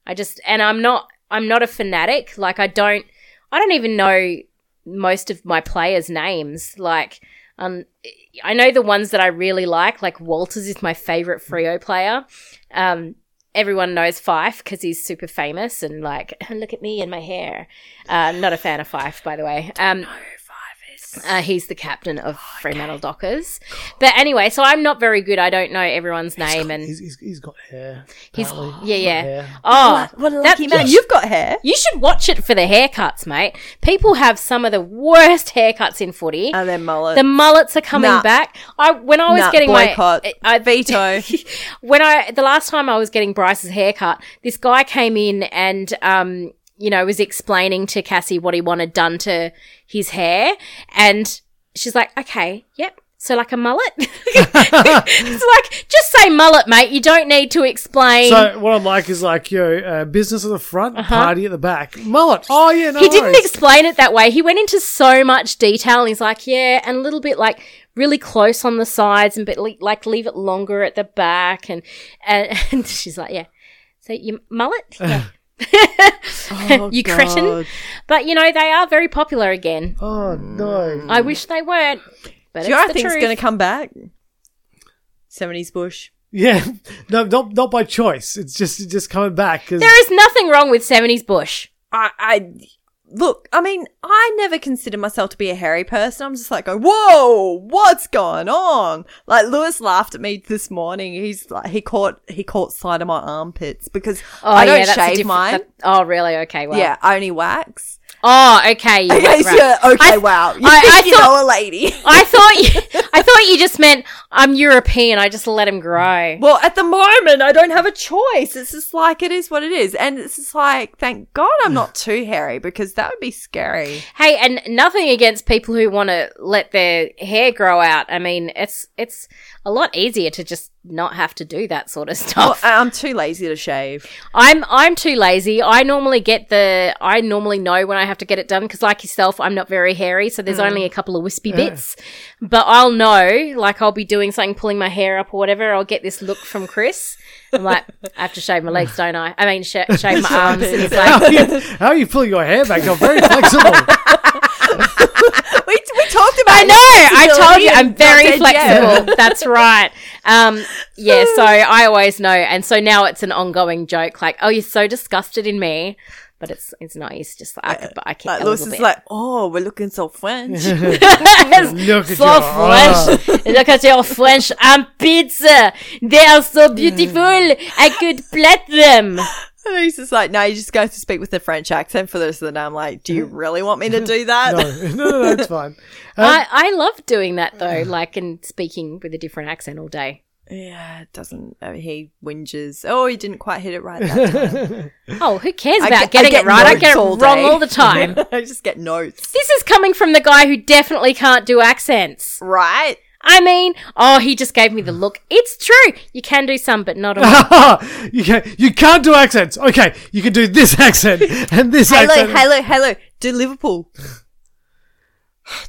Speaker 6: I just and I'm not. I'm not a fanatic. Like I don't. I don't even know most of my players' names. Like um, I know the ones that I really like. Like Walters is my favorite Frio player. Um, everyone knows Fife because he's super famous and like look at me and my hair. Uh, not a fan of Fife, by the way. Um, uh, he's the captain of Fremantle Dockers. But anyway, so I'm not very good. I don't know everyone's name, and
Speaker 4: He's, he's, he's got hair.
Speaker 6: He's-
Speaker 4: apparently.
Speaker 6: yeah,
Speaker 4: Got
Speaker 6: yeah.
Speaker 4: hair.
Speaker 6: oh,
Speaker 7: What a
Speaker 6: that-
Speaker 7: lucky man! You've got hair.
Speaker 6: You should watch it for the haircuts, mate. People have some of the worst haircuts in footy.
Speaker 7: And then mullet.
Speaker 6: the mullets are coming
Speaker 7: Nah.
Speaker 6: back. I when I was
Speaker 7: Nah,
Speaker 6: getting
Speaker 7: boycott.
Speaker 6: my I,
Speaker 7: Veto.
Speaker 6: when I the last time I was getting Bryce's haircut, this guy came in and um you know was explaining to Cassie what he wanted done to his hair, and she's like, okay, yep. So like a mullet. it's like just say mullet, mate. You don't need to explain.
Speaker 4: So what I'm like is like, you know, uh, business at the front, party at the back. Mullet. Oh yeah, no.
Speaker 6: Uh-huh. he didn't
Speaker 4: worries.
Speaker 6: explain it that way. He went into so much detail. And he's like, yeah, and a little bit like really close on the sides, and but le- like leave it longer at the back. And and, and she's like, yeah. So you mullet, Yeah.
Speaker 7: Oh,
Speaker 6: you cretin. But you know they are very popular again.
Speaker 4: oh no.
Speaker 6: I wish they weren't. But
Speaker 7: Do you know
Speaker 6: it's
Speaker 7: I
Speaker 6: the
Speaker 7: think it's
Speaker 6: truth.
Speaker 7: going to come back? Seventies bush.
Speaker 4: Yeah, no, not not by choice. It's just it's just coming back 'cause-
Speaker 6: There is nothing wrong with 70s bush.
Speaker 7: I, I look. I mean, I never consider myself to be a hairy person. I'm just like, going, whoa, what's going on? Like Lewis laughed at me this morning. He's like, he caught he caught sight of my armpits because
Speaker 6: Oh,
Speaker 7: I don't
Speaker 6: yeah, that's a
Speaker 7: shave
Speaker 6: different-
Speaker 7: mine.
Speaker 6: that- oh, really? Okay. Wow.
Speaker 7: yeah, I only wax.
Speaker 6: Oh, okay. You
Speaker 7: Okay,
Speaker 6: right, right.
Speaker 7: so, okay,
Speaker 6: I-
Speaker 7: wow. You
Speaker 6: I-
Speaker 7: think
Speaker 6: I
Speaker 7: you
Speaker 6: thought-
Speaker 7: know a lady?
Speaker 6: I thought you, I thought you just meant I'm European. I just let him grow.
Speaker 7: Well, at the moment, I don't have a choice. It's just like it is what it is, and it's just like, thank God I'm not too hairy because that would be scary.
Speaker 6: Hey, and nothing against people who want to let their hair grow out. I mean, it's it's a lot easier to just not have to do that sort of
Speaker 7: Well,
Speaker 6: stuff.
Speaker 7: I- I'm too lazy to shave.
Speaker 6: I'm I'm too lazy. I normally get the I normally know when I have to get it done because, like yourself, I'm not very hairy, so there's
Speaker 7: Mm.
Speaker 6: only a couple of wispy bits. But I'll know, like I'll be doing something, pulling my hair up or whatever. I'll get this look from Chris. I'm like, I have to shave my legs, don't I? I mean, sh- shave my arms. And it's
Speaker 4: how,
Speaker 6: like,
Speaker 4: are you, how are you pulling your hair back? You're very flexible.
Speaker 7: We, we talked about.
Speaker 6: I know. I
Speaker 7: flexibility
Speaker 6: told you, I'm
Speaker 7: and not
Speaker 6: very
Speaker 7: dead yet.
Speaker 6: flexible. That's right. Um, yeah. So I always know, and so now it's an ongoing joke. Like, oh, you're so disgusted in me, but it's it's not. It's just like I could, but I kick
Speaker 7: Like
Speaker 6: a
Speaker 7: Lewis
Speaker 6: little
Speaker 7: is
Speaker 6: bit.
Speaker 7: like, oh, we're looking so French.
Speaker 4: Look at
Speaker 6: so
Speaker 4: your arm.
Speaker 6: French. Look at your French armpits. They are so
Speaker 7: Mm.
Speaker 6: beautiful. I could plat them.
Speaker 7: and he's just like, no, you're just going to speak with a French accent for this. And I'm like, do you really want me to do that?
Speaker 4: No, no, no, no, it's fine.
Speaker 6: I, I love doing that though, like and speaking with a different accent all day.
Speaker 7: Yeah, it doesn't. uh, he whinges. Oh, he didn't quite hit it right. That time.
Speaker 6: Oh, who cares
Speaker 7: I
Speaker 6: about
Speaker 7: get- I
Speaker 6: getting
Speaker 7: get
Speaker 6: it right? I
Speaker 7: notes
Speaker 6: get it
Speaker 7: all
Speaker 6: wrong
Speaker 7: day.
Speaker 6: all the time.
Speaker 7: I just get notes.
Speaker 6: This is coming from the guy who definitely can't do accents.
Speaker 7: Right?
Speaker 6: I mean, oh, he just gave me the look. It's true. You can do some, but not all.
Speaker 4: you can you can't do accents. Okay, you can do this accent and this
Speaker 7: Hello,
Speaker 4: accent.
Speaker 7: hello, hello. Do Liverpool.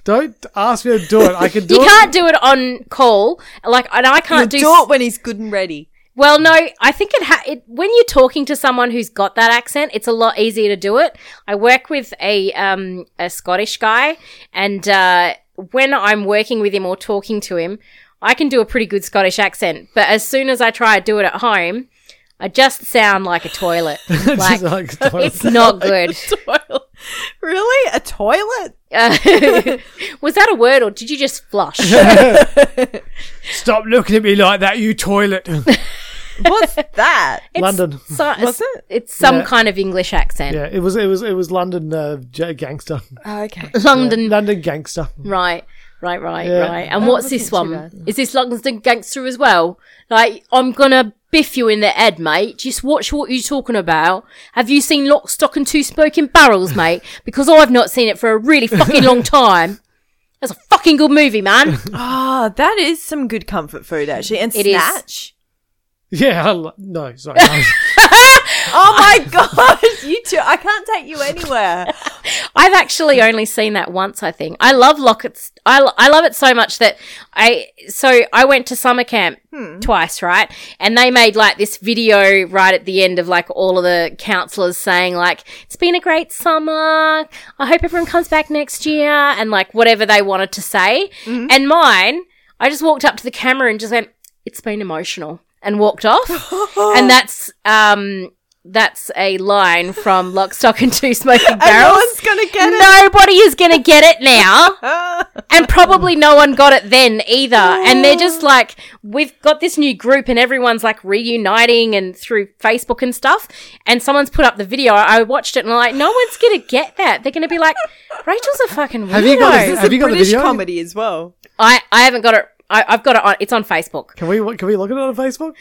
Speaker 4: Don't ask me to do it. I can do
Speaker 6: you
Speaker 4: it.
Speaker 6: can't do it on call. Like, and I
Speaker 7: He'll
Speaker 6: can't
Speaker 7: do,
Speaker 6: do.
Speaker 7: it when he's good and ready.
Speaker 6: Well, no, I think it, ha- it when you're talking to someone who's got that accent, it's a lot easier to do it. I work with a um a Scottish guy, and uh, when I'm working with him or talking to him, I can do a pretty good Scottish accent. But as soon as I try to do it at home, I just sound like a toilet. like
Speaker 4: Just like do it.
Speaker 6: it's not good.
Speaker 7: really? A toilet?
Speaker 6: Uh, was that a word, or did you just flush?
Speaker 4: Stop looking at me like that, you toilet.
Speaker 7: What's that?
Speaker 4: London.
Speaker 6: So,
Speaker 7: Was it?
Speaker 6: It's some
Speaker 4: Yeah.
Speaker 6: kind of English accent.
Speaker 4: Yeah, it was it was it was London uh, j- gangster.
Speaker 7: okay.
Speaker 6: London
Speaker 4: London gangster.
Speaker 6: Right, right, right,
Speaker 4: Yeah.
Speaker 6: right. And what's this one? Is this London Gangster as well? Like, I'm gonna biff you in the head, mate. Just watch what you're talking about. Have you seen Lock, Stock, and Two Smoking Barrels, mate? Because I've not seen it for a really fucking long time. That's a fucking good movie, man.
Speaker 7: Ah, that is some good comfort food, actually. And
Speaker 6: It is.
Speaker 7: snatch.
Speaker 4: Yeah, I li- no, sorry.
Speaker 7: Oh my god, you two! I can't take you anywhere.
Speaker 6: I've actually only seen that once, I think. I love Lockett's. I, lo- I love it so much that I. So I went to summer camp twice, right? And they made like this video right at the end of like all of the counselors saying, like, it's been a great summer. I hope everyone comes back next year and like whatever they wanted to say. And mine, I just walked up to the camera and just went, it's been emotional and walked off. and that's, um, that's a line from Lock, Stock and Two Smoking
Speaker 7: And no
Speaker 6: Barrels.
Speaker 7: one's gonna get it.
Speaker 6: Nobody is going to get it now. and probably no one got it then either. And they're just
Speaker 7: Oh.
Speaker 6: like, we've got this new group and everyone's like reuniting and through Facebook and stuff. And someone's put up the video. I watched it and I'm like, no one's going to get that. They're going to be like, Rachel's a fucking weirdo.
Speaker 4: Have you got a-
Speaker 7: This is
Speaker 4: Have
Speaker 7: a
Speaker 4: you got the
Speaker 7: British
Speaker 4: video?
Speaker 7: comedy as well.
Speaker 6: I, I haven't got it. I, I've got it on. It's on Facebook.
Speaker 4: can we can we look at it on Facebook?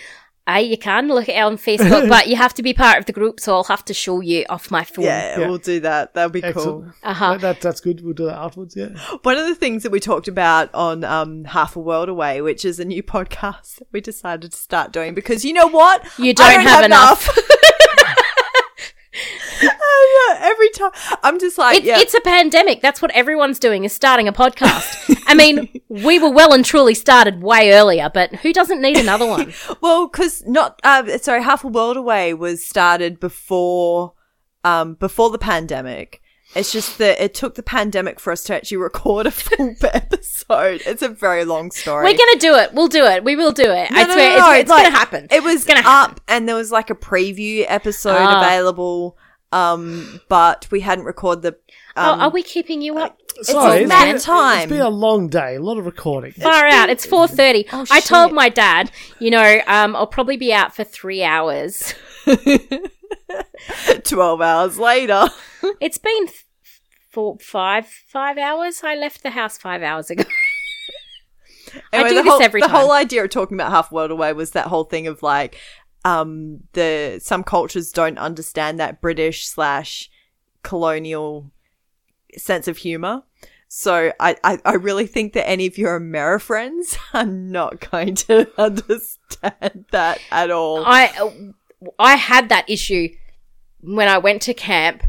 Speaker 6: Uh, you can look at it on Facebook, but you have to be part of the group, so I'll have to show you off my phone.
Speaker 7: Yeah,
Speaker 4: Yeah.
Speaker 7: we'll do that. That'll be
Speaker 4: Excellent.
Speaker 6: Uh-huh.
Speaker 4: That, that- that's good. We'll do that afterwards. Yeah.
Speaker 7: cool. One of the things that we talked about on um, Half a World Away, which is a new podcast that we decided to start doing because you know what?
Speaker 6: You
Speaker 7: I
Speaker 6: don't have enough.
Speaker 7: I know, every time I'm just like,
Speaker 6: It,
Speaker 7: yeah,
Speaker 6: It's a pandemic. That's what everyone's doing is starting a podcast. I mean, we were well and truly started way earlier, but who doesn't need another one?
Speaker 7: Well, because not uh, sorry, half a world away was started before um before the pandemic, It's just that it took the pandemic for us to actually record a full episode. It's a very long story.
Speaker 6: We're gonna do it. We'll do it. We will do it. I swear, it's, it's,
Speaker 7: like,
Speaker 6: gonna happen.
Speaker 7: It was
Speaker 6: It's gonna happen.
Speaker 7: up, and there was like a preview episode
Speaker 6: Ah.
Speaker 7: available, um, but we hadn't recorded the. Um,
Speaker 6: oh, are we keeping you up?
Speaker 4: Sorry,
Speaker 7: all
Speaker 4: it's
Speaker 7: that
Speaker 4: been-
Speaker 7: time.
Speaker 4: It's been a long day, a lot of recording.
Speaker 6: Far out. It's four thirty.
Speaker 7: Oh,
Speaker 6: I told my dad, you know, um, I'll probably be out for three hours.
Speaker 7: Twelve hours later,
Speaker 6: It's been th- four, five, five hours. I left the house five hours ago. I
Speaker 7: Anyway,
Speaker 6: do
Speaker 7: the
Speaker 6: this
Speaker 7: whole,
Speaker 6: every
Speaker 7: the
Speaker 6: time.
Speaker 7: whole idea of talking about half world away was that whole thing of like, um, the some cultures don't understand that British slash colonial sense of humor. So I, I, I really think that any of your Ameri friends are not going to understand that at all.
Speaker 6: I I had that issue when I went to camp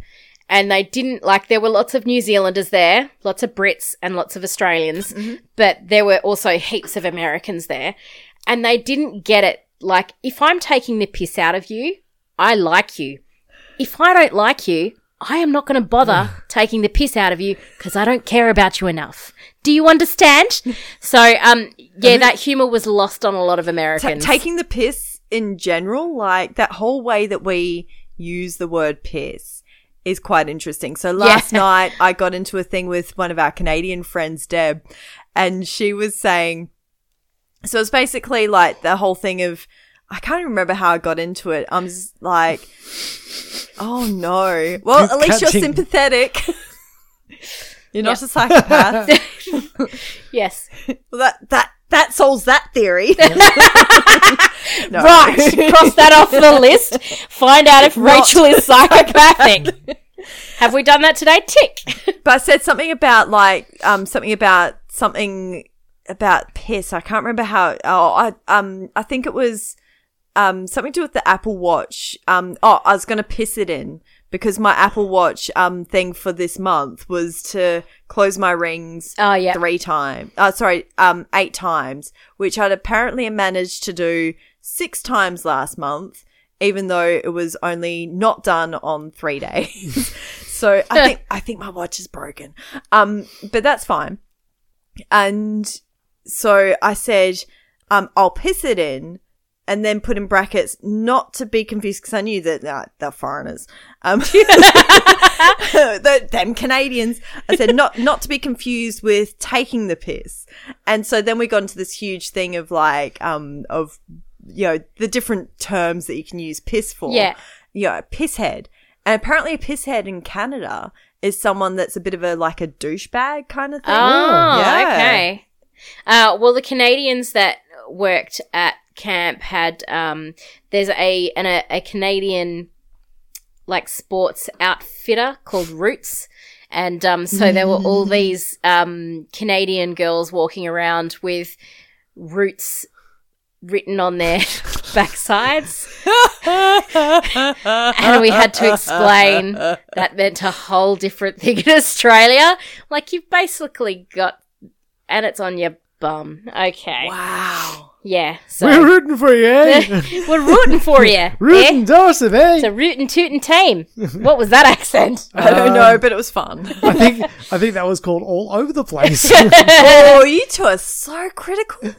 Speaker 6: and they didn't like there were lots of New Zealanders there, lots of Brits and lots of Australians, but there were also heaps of Americans there and they didn't get it like if I'm taking the piss out of you, I like you. If I don't like you, I am not going to bother taking the piss out of you because I don't care about you enough. Do you understand? So, um, yeah, that humor was lost on a lot of
Speaker 7: Ta-
Speaker 6: Americans.
Speaker 7: taking the piss in general, like that whole way that we use the word piss is quite interesting. So last
Speaker 6: Yeah.
Speaker 7: night I got into a thing with one of our Canadian friends, Deb, and she was saying, so it's basically like the whole thing of, I can't remember how I got into it. I'm just like, oh no. Well,
Speaker 4: Group
Speaker 7: at least you're
Speaker 4: catching.
Speaker 7: sympathetic. you're not a psychopath.
Speaker 6: yes.
Speaker 7: well, that, that, that solves that theory. No.
Speaker 6: Right, cross that off the list. Find out if Rachel is psychopathic. Have we done that today? Tick.
Speaker 7: But I said something about like um something about something about piss. I can't remember how. Oh, I um I think it was um something to do with the Apple Watch. Um oh, I was gonna piss it in because my Apple Watch um thing for this month was to close my rings
Speaker 6: Oh, yeah.
Speaker 7: three times. Uh, sorry, um eight times, which I'd apparently managed to do six times last month. Even though it was only not done on three days, so I think I think my watch is broken. Um, but that's fine. And so I said, um, I'll piss it in and then put in brackets, not to be confused, because I knew that uh, they're foreigners. Um, the, them Canadians. I said, not, not to be confused with taking the piss. And so then we got into this huge thing of like, um, of, you know, the different terms that you can use piss for.
Speaker 6: Yeah.
Speaker 7: You know, piss head. And apparently a piss head in Canada is someone that's a bit of a, like a douchebag kind of thing.
Speaker 6: Oh,
Speaker 7: Yeah.
Speaker 6: okay. Uh, well, the Canadians that worked at camp had um, there's a an, a, a Canadian like sports outfitter called Roots. And um, so there were all these um, Canadian girls walking around with roots written on their backsides. and we had to explain that meant a whole different thing in Australia. Like you've basically got, and it's on your bum. Okay.
Speaker 7: Wow.
Speaker 6: Yeah.
Speaker 4: We're
Speaker 6: So
Speaker 4: rooting for you, eh?
Speaker 6: we're rooting for you.
Speaker 4: rooting
Speaker 6: Eh?
Speaker 4: Dorset, eh?
Speaker 6: It's a rootin' tootin' team. What was that accent?
Speaker 7: I don't know, but it was fun.
Speaker 4: I think I think that was called all over the place.
Speaker 7: oh, you two are so critical.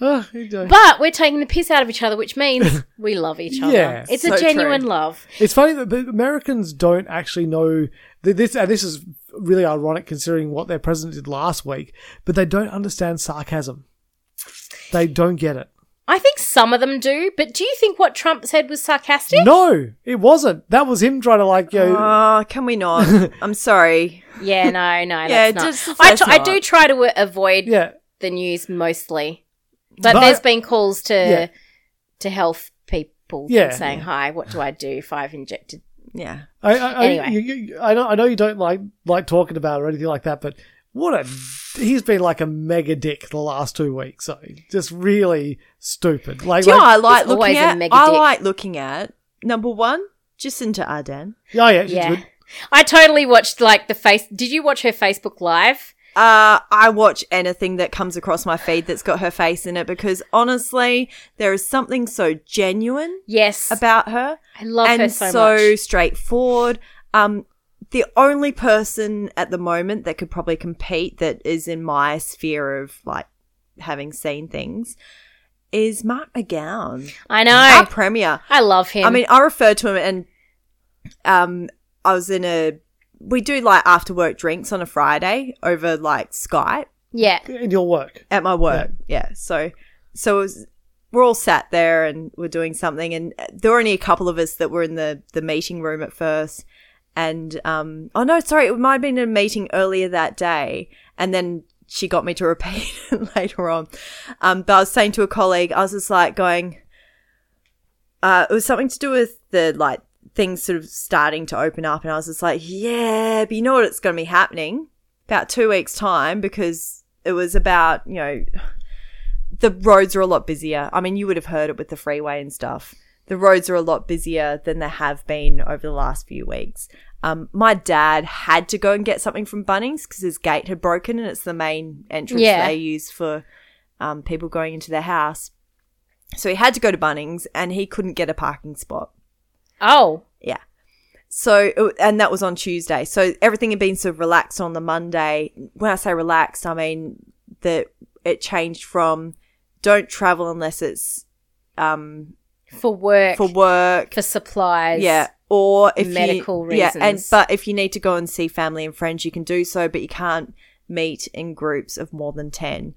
Speaker 4: Oh, you don't-
Speaker 6: But we're taking the piss out of each other, which means we love each other.
Speaker 4: Yeah.
Speaker 6: It's
Speaker 7: So
Speaker 6: a genuine
Speaker 7: true.
Speaker 6: love.
Speaker 4: It's funny that but Americans don't actually know th- this, and this is really ironic considering what their president did last week. But they don't understand sarcasm. They don't get it.
Speaker 6: I think some of them do, but do you think what Trump said was sarcastic?
Speaker 4: No, it wasn't. That was him trying to like you. Know,
Speaker 6: Uh,
Speaker 7: Oh, can we not? I'm sorry.
Speaker 6: Yeah, no, no,
Speaker 7: Yeah,
Speaker 6: that's not.
Speaker 7: just-
Speaker 6: I,
Speaker 7: let's
Speaker 6: t- I
Speaker 7: not.
Speaker 6: do try to uh, avoid
Speaker 4: yeah,
Speaker 6: the news mostly, but,
Speaker 4: But-
Speaker 6: there's been calls to
Speaker 4: Yeah.
Speaker 6: to health people
Speaker 4: Yeah.
Speaker 6: saying, "Hi, what do I do if I've injected?"
Speaker 7: Yeah.
Speaker 4: I, I, I-
Speaker 6: Anyway.
Speaker 4: you, you, I know I know you don't like like talking about it or anything like that, but what a he's been like a mega dick the last two weeks. So just really stupid. Like,
Speaker 7: Do you know what
Speaker 4: like
Speaker 7: I like
Speaker 6: it's always
Speaker 7: looking
Speaker 6: a
Speaker 7: at?
Speaker 6: mega
Speaker 7: I
Speaker 6: dick.
Speaker 7: like looking at number one, Jacinta Arden.
Speaker 4: oh, yeah, yeah, she's
Speaker 6: Yeah,
Speaker 4: good.
Speaker 6: I totally watched like the face. Did you watch her Facebook live?
Speaker 7: Uh, I watch anything that comes across my feed that's got her face in it because honestly, there is something so genuine
Speaker 6: Yes,
Speaker 7: about her
Speaker 6: I love
Speaker 7: and
Speaker 6: her so, much.
Speaker 7: straightforward. Um, the only person at the moment that could probably compete that is in my sphere of like having seen things is Mark McGowan,
Speaker 6: I
Speaker 7: our
Speaker 6: know.
Speaker 7: premier.
Speaker 6: I love him.
Speaker 7: I mean, I refer to him, and um, I was in a. We do like after work drinks on a Friday over like Skype
Speaker 6: yeah.
Speaker 4: in your work.
Speaker 7: at my work. Yeah. So, so it was, we're all sat there and we're doing something, and there were only a couple of us that were in the the meeting room at first. And um, oh no, sorry, it might have been a meeting earlier that day, and then she got me to repeat it later on. Um, but I was saying to a colleague, I was just like going, uh, it was something to do with the like things sort of starting to open up, and I was just like, yeah, but you know what, it's going to be happening about two weeks time because it was about you know the roads are a lot busier i mean you would have heard it with the freeway and stuff the roads are a lot busier than they have been over the last few weeks um, my dad had to go and get something from bunnings because his gate had broken and it's the main entrance
Speaker 6: Yeah.
Speaker 7: they use for um, people going into their house so he had to go to bunnings and he couldn't get a parking spot
Speaker 6: Oh.
Speaker 7: yeah. So, and that was on Tuesday. So everything had been sort of relaxed on the Monday. When I say relaxed, I mean that it changed from don't travel unless it's um,
Speaker 6: For work.
Speaker 7: for work.
Speaker 6: for supplies.
Speaker 7: Yeah. Or if you-
Speaker 6: medical
Speaker 7: Yeah. And,
Speaker 6: reasons.
Speaker 7: but if you need to go and see family and friends, you can do so, but you can't meet in groups of more than 10.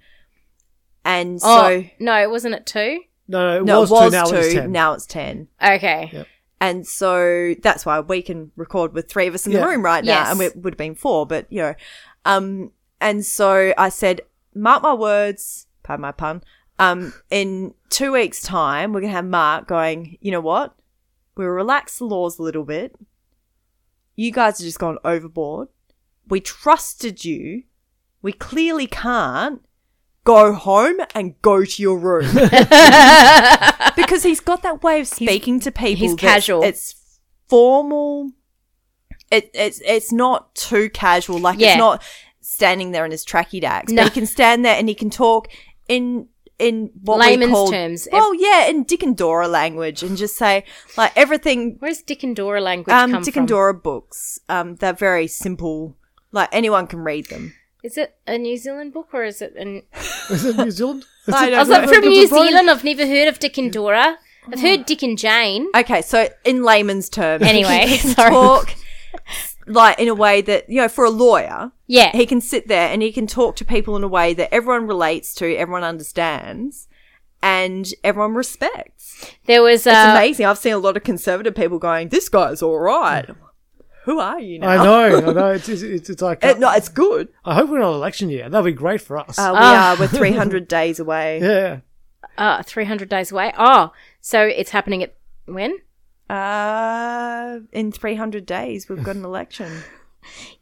Speaker 7: And so,
Speaker 6: Oh, no, it wasn't it two?
Speaker 4: No, no, it
Speaker 7: no,
Speaker 4: was, two. Now it's ten.
Speaker 7: Now it's 10.
Speaker 6: Okay.
Speaker 4: Yeah.
Speaker 7: And so that's why we can record with three of us in
Speaker 4: Yeah.
Speaker 7: the room right now.
Speaker 6: Yes.
Speaker 7: And it would have been four, but you know. Um, and so I said, mark my words, pardon my pun, um, in two weeks' time, we're going to have Mark going, you know what? We'll relax the laws a little bit. You guys have just gone overboard. We trusted you. We clearly can't. Go home and go to your room. because he's got that way of speaking to people.
Speaker 6: he's
Speaker 7: that's-
Speaker 6: casual.
Speaker 7: It's formal. It, it's it's not too casual. Like
Speaker 6: Yeah.
Speaker 7: it's not standing there in his tracky dacks.
Speaker 6: No.
Speaker 7: But he can stand there and he can talk in in what
Speaker 6: Layman's
Speaker 7: we call,
Speaker 6: terms.
Speaker 7: Well, yeah, in Dick and Dora language, and just say like everything.
Speaker 6: Where's Dick and Dora language
Speaker 7: Um,
Speaker 6: come
Speaker 7: Dick
Speaker 6: from?
Speaker 7: and Dora books. Um, they're very simple. Like anyone can read them.
Speaker 6: Is it a New Zealand book or is it an?
Speaker 4: Is it New Zealand? Is
Speaker 7: I
Speaker 4: it-
Speaker 7: don't
Speaker 6: I was
Speaker 7: know.
Speaker 6: like
Speaker 4: is it
Speaker 6: from New
Speaker 4: different?
Speaker 6: Zealand. I've never heard of Dick and Dora. I've
Speaker 7: Oh.
Speaker 6: heard Dick and Jane.
Speaker 7: Okay, so in layman's terms,
Speaker 6: Anyway,
Speaker 7: he can
Speaker 6: sorry.
Speaker 7: talk like in a way that you know for a lawyer,
Speaker 6: Yeah.
Speaker 7: he can sit there and he can talk to people in a way that everyone relates to, everyone understands, and everyone respects.
Speaker 6: There was
Speaker 7: It's
Speaker 6: uh,
Speaker 7: amazing. I've seen a lot of conservative people going, "This guy's all right." Who are you now?
Speaker 4: I know, I know. It's it's, it's, it's
Speaker 6: Uh,
Speaker 4: like uh,
Speaker 7: It- no, it's good.
Speaker 4: I hope we're not election year. That'll be great for us.
Speaker 7: Uh, we
Speaker 6: Ah.
Speaker 7: are. We're 300 days away.
Speaker 4: yeah,
Speaker 6: uh, 300 days away. Oh, so it's happening at when?
Speaker 7: Uh, in 300 days, we've got an election.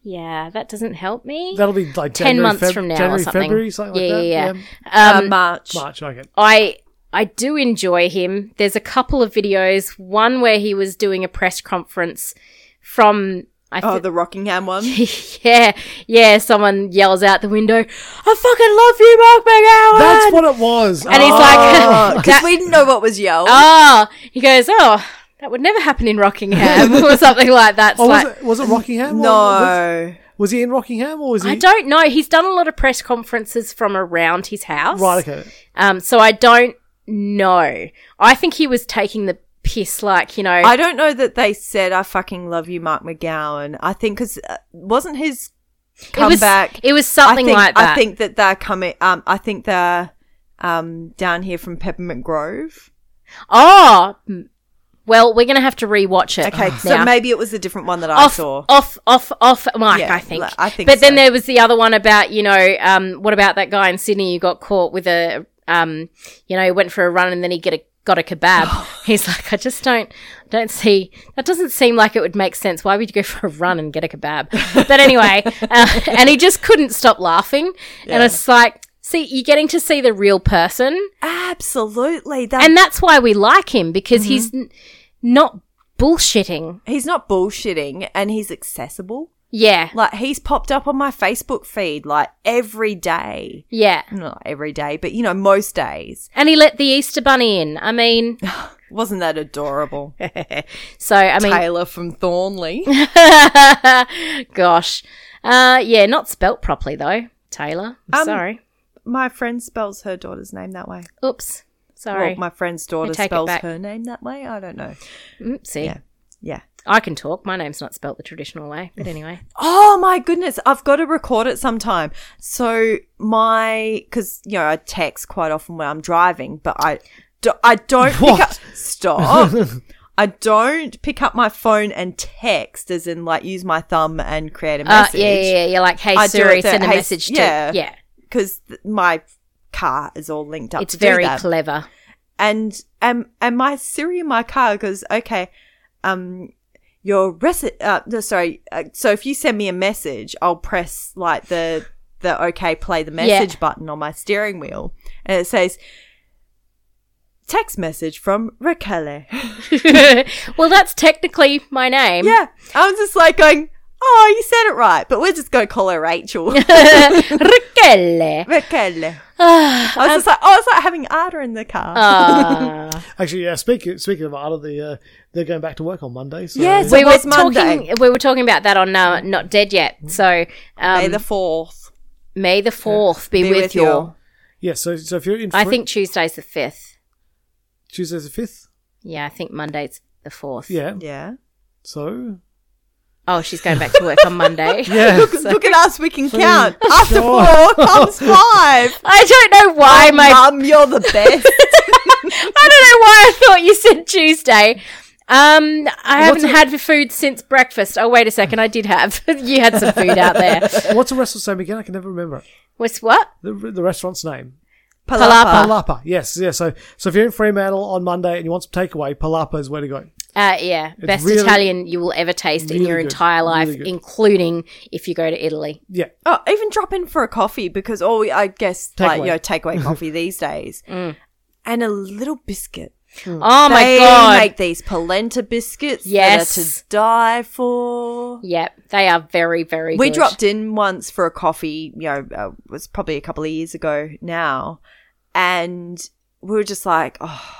Speaker 6: Yeah, that doesn't help me.
Speaker 4: that'll be like
Speaker 6: 10
Speaker 4: January,
Speaker 6: months
Speaker 4: Feb-
Speaker 6: from now
Speaker 4: January,
Speaker 6: or something.
Speaker 4: February, something
Speaker 6: yeah,
Speaker 4: like
Speaker 6: yeah,
Speaker 4: that.
Speaker 6: yeah.
Speaker 7: uh,
Speaker 6: Um,
Speaker 7: March.
Speaker 4: March, I get.
Speaker 6: I I do enjoy him. There's a couple of videos. One where he was doing a press conference from I
Speaker 7: Oh,
Speaker 6: thi-
Speaker 7: the Rockingham one.
Speaker 6: yeah, yeah. Someone yells out the window, "I fucking love you, Mark McGowan."
Speaker 4: That's what it was.
Speaker 6: and he's
Speaker 4: Oh,
Speaker 6: like,
Speaker 7: Because we didn't know what was yelled.
Speaker 6: "Oh," he goes, "Oh, that would never happen in Rockingham," or something like that. It's
Speaker 4: oh, was
Speaker 6: like,
Speaker 4: it was it Rockingham? or was,
Speaker 7: no.
Speaker 4: was he in Rockingham or was he?
Speaker 6: I don't know. He's done a lot of press conferences from around his house,
Speaker 4: Right, okay.
Speaker 6: Um, so I don't know. I think he was taking the piss, like you know.
Speaker 7: I don't know that they said "I fucking love you, Mark McGowan." I think because uh, wasn't his comeback.
Speaker 6: It was, it was something
Speaker 7: I think,
Speaker 6: like that.
Speaker 7: I think that they're coming. Um, I think they're um down here from Peppermint Grove.
Speaker 6: Oh, m- well, we're gonna have to rewatch it.
Speaker 7: Okay, so
Speaker 6: now.
Speaker 7: maybe it was a different one that I
Speaker 6: off,
Speaker 7: saw.
Speaker 6: off, off, off, Mike.
Speaker 7: Yeah,
Speaker 6: I think.
Speaker 7: like, I think
Speaker 6: But then
Speaker 7: so.
Speaker 6: there was the other one about you know, um, what about that guy in Sydney who got caught with a, um, you know, he went for a run and then he get a got a kebab. He's like, I just don't don't see that doesn't seem like it would make sense. Why would you go for a run and get a kebab? But anyway, uh, and he just couldn't stop laughing, and it's like. See, you're getting to see the real person,
Speaker 7: Absolutely, that,
Speaker 6: and that's why we like him because
Speaker 7: mm-hmm.
Speaker 6: he's n- not bullshitting.
Speaker 7: he's not bullshitting, and he's accessible.
Speaker 6: Yeah,
Speaker 7: Like he's popped up on my Facebook feed like every day.
Speaker 6: yeah.
Speaker 7: Not every day, but you know most days.
Speaker 6: And he let the Easter Bunny in. I mean,
Speaker 7: Wasn't that adorable?
Speaker 6: So I mean,
Speaker 7: Taylor from Thornley.
Speaker 6: gosh, uh, yeah, not spelt properly though, Taylor. I'm
Speaker 7: Um,
Speaker 6: sorry.
Speaker 7: my friend spells her daughter's name that way.
Speaker 6: Oops. Sorry.
Speaker 7: Well, my friend's daughter
Speaker 6: take it
Speaker 7: spells
Speaker 6: back.
Speaker 7: her name that way. I don't know.
Speaker 6: Mm, See,
Speaker 7: Yeah. Yeah.
Speaker 6: I can talk. My name's not spelt the traditional way, but anyway.
Speaker 7: Oh my goodness, I've got to record it sometime. So my cuz you know, I text quite often when I'm driving, but I do, I don't
Speaker 4: What?
Speaker 7: pick up stop. I don't pick up my phone and text as in like use my thumb and create a
Speaker 6: Uh,
Speaker 7: message.
Speaker 6: yeah, yeah, yeah. You're like, hey
Speaker 7: I do
Speaker 6: Siri,
Speaker 7: it that-
Speaker 6: send a
Speaker 7: hey,
Speaker 6: message to.
Speaker 7: yeah.
Speaker 6: yeah.
Speaker 7: Cuz my car is all linked up
Speaker 6: It's
Speaker 7: to do
Speaker 6: very
Speaker 7: that.
Speaker 6: clever.
Speaker 7: and and and my Siri in my car goes, okay, um, your recipe. Uh, no, sorry. Uh, so if you send me a message, I'll press like the the okay, play the message button on my steering wheel, and it says. Text message from Raquel.
Speaker 6: well, that's technically my name.
Speaker 7: Yeah, I was just like going, "Oh, you said it right," but we're just gonna call her Rachel.
Speaker 6: Raquel.
Speaker 7: Raquel. I was just like, "Oh, it's like having Ada in the car."
Speaker 6: Ah.
Speaker 4: Actually, yeah. Speaking speaking of Ada, the uh, they're going back to work on Monday. So
Speaker 7: Yes.
Speaker 6: we
Speaker 7: it
Speaker 6: were
Speaker 7: was
Speaker 6: talking.
Speaker 7: Monday.
Speaker 6: We were talking about that on uh, Not Dead Yet. So um,
Speaker 7: May the fourth
Speaker 6: May the fourth be, with, you.
Speaker 7: your
Speaker 4: yeah. So so if you're in,
Speaker 6: I
Speaker 4: Fre-
Speaker 6: think Tuesday's the fifth.
Speaker 4: Tuesday's the fifth.
Speaker 6: Yeah, I think Monday's the fourth.
Speaker 4: Yeah.
Speaker 7: yeah.
Speaker 4: So
Speaker 6: Oh, she's going back to work on Monday.
Speaker 4: yeah.
Speaker 7: Look at us, we can count.
Speaker 4: Sure.
Speaker 7: After four comes five.
Speaker 6: I don't know
Speaker 4: Oh,
Speaker 6: why my
Speaker 7: Mum, you're the best.
Speaker 6: I don't know why I thought you said Tuesday. Um, I
Speaker 4: What's
Speaker 6: haven't had food since breakfast. Oh, wait a second, I did have. you had some food out there.
Speaker 4: What's the restaurant's name again? I can never remember it.
Speaker 6: What's what?
Speaker 4: The, the restaurant's name.
Speaker 6: Palapa.
Speaker 4: Palapa. Yes. Yeah. So so if you're in Fremantle on Monday and you want some takeaway, Palapa is where to go.
Speaker 6: Uh, yeah, best
Speaker 4: really-
Speaker 6: Italian you will ever taste in
Speaker 4: really
Speaker 6: your
Speaker 4: good,
Speaker 6: entire life,
Speaker 4: really good.
Speaker 6: including if you go to Italy.
Speaker 4: Yeah.
Speaker 7: Oh, even drop in for a coffee because all we, I guess like
Speaker 4: Takeaway.
Speaker 7: you know takeaway coffee these days, and a little biscuit.
Speaker 6: Mm.
Speaker 4: Mm.
Speaker 6: Oh my
Speaker 7: they
Speaker 6: god!
Speaker 7: make these polenta biscuits.
Speaker 6: Yes.
Speaker 7: that are to die for.
Speaker 6: yep, they are very very.
Speaker 7: We
Speaker 6: good.
Speaker 7: dropped in once for a coffee, you know, uh, it was probably a couple of years ago now. And we were just like, oh,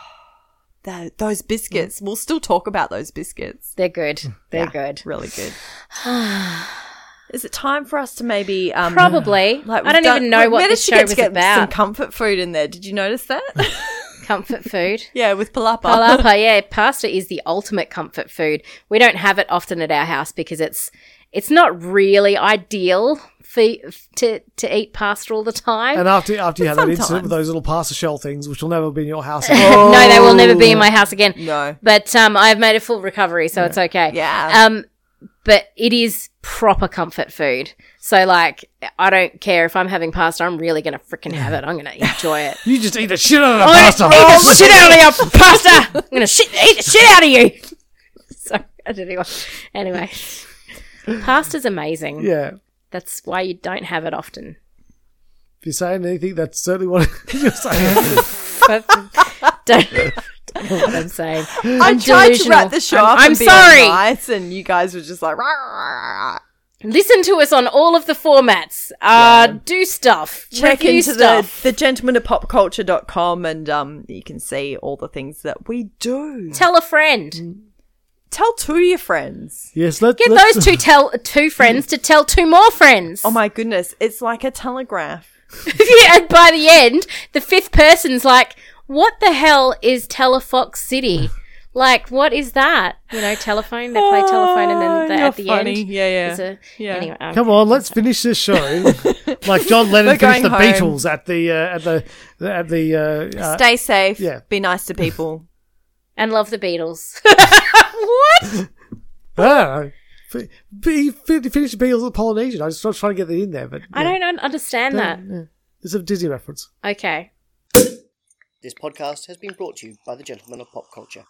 Speaker 7: tho- those biscuits.
Speaker 6: Mm.
Speaker 7: We'll still talk about those biscuits.
Speaker 6: They're good.
Speaker 7: Mm,
Speaker 6: They're good.
Speaker 7: Really good. Is it time for us to maybe. Um,
Speaker 6: Probably. I
Speaker 7: we've
Speaker 6: don't
Speaker 7: done-
Speaker 6: even know
Speaker 7: we
Speaker 6: what
Speaker 7: managed
Speaker 6: this
Speaker 7: to
Speaker 6: show
Speaker 7: get
Speaker 6: was
Speaker 7: to get Some
Speaker 6: about.
Speaker 7: comfort food in there. Did you notice that?
Speaker 6: comfort food.
Speaker 7: yeah, with palapa.
Speaker 6: Palapa, yeah, pasta is the ultimate comfort food. We don't have it often at our house because it's it's not really ideal for to to eat pasta all the time.
Speaker 4: And after after you had that incident
Speaker 7: sometimes.
Speaker 4: with those little pasta shell things, which will never be in your house.
Speaker 6: no, they will never be in my house again.
Speaker 7: No.
Speaker 6: But um, I've made a full recovery, so it's okay.
Speaker 7: Yeah.
Speaker 6: Um, but it is proper comfort food. So like, I don't care if I'm having pasta. I'm really gonna freaking have it. I'm gonna enjoy it.
Speaker 4: you just eat the shit out of the
Speaker 6: I'm
Speaker 4: pasta.
Speaker 6: gonna eat the Oh, shit out of your pasta. I'm gonna shit, eat the shit out of you. Sorry, I didn't even. Anyway, pasta's amazing.
Speaker 4: Yeah.
Speaker 6: That's why you don't have it often.
Speaker 4: If you're saying anything, that's certainly what you're saying.
Speaker 6: But don't, don't know what I'm saying. I'm,
Speaker 7: I tried to
Speaker 6: delusional.
Speaker 7: wrap the show
Speaker 6: Uh, I'm,
Speaker 7: up.
Speaker 6: I'm
Speaker 7: and be
Speaker 6: sorry.
Speaker 7: Nice, and you guys were just like, rah, rah, rah, rah.
Speaker 6: Listen to us on all of the formats. Uh, Do stuff.
Speaker 7: check
Speaker 6: review
Speaker 7: into the,
Speaker 6: stuff.
Speaker 7: the gentleman of popculture.com and um, you can see all the things that we do.
Speaker 6: Tell a friend.
Speaker 7: Tell two of your friends.
Speaker 4: yes, let,
Speaker 6: Get
Speaker 4: let's,
Speaker 6: those two tell two friends to tell two more friends.
Speaker 7: Oh my goodness, it's like a telegraph.
Speaker 6: yeah, and by the end, the fifth person's like, "What the hell is Telefox City? Like, what is that? You know, telephone. They play telephone, and then the,
Speaker 7: Oh, You're
Speaker 6: at the
Speaker 7: funny.
Speaker 6: end,
Speaker 7: Yeah, yeah.
Speaker 6: there's a-
Speaker 7: Yeah.
Speaker 6: Anyway, um,
Speaker 4: Come on, let's finish this show. like John Lennon
Speaker 7: We're
Speaker 4: finished
Speaker 7: going
Speaker 4: the
Speaker 7: home.
Speaker 4: Beatles at the uh, at the at the uh, uh,
Speaker 7: Stay safe.
Speaker 4: yeah.
Speaker 7: Be nice to people.
Speaker 6: and love the Beatles.
Speaker 4: ah, fi- fi- fi- finish the Beatles at Polynesian. I just was trying to get that in there, but
Speaker 6: I don't un- understand that.
Speaker 4: It's a Disney reference.
Speaker 6: Okay.
Speaker 2: This podcast has been brought to you by the Gentlemen of Pop Culture.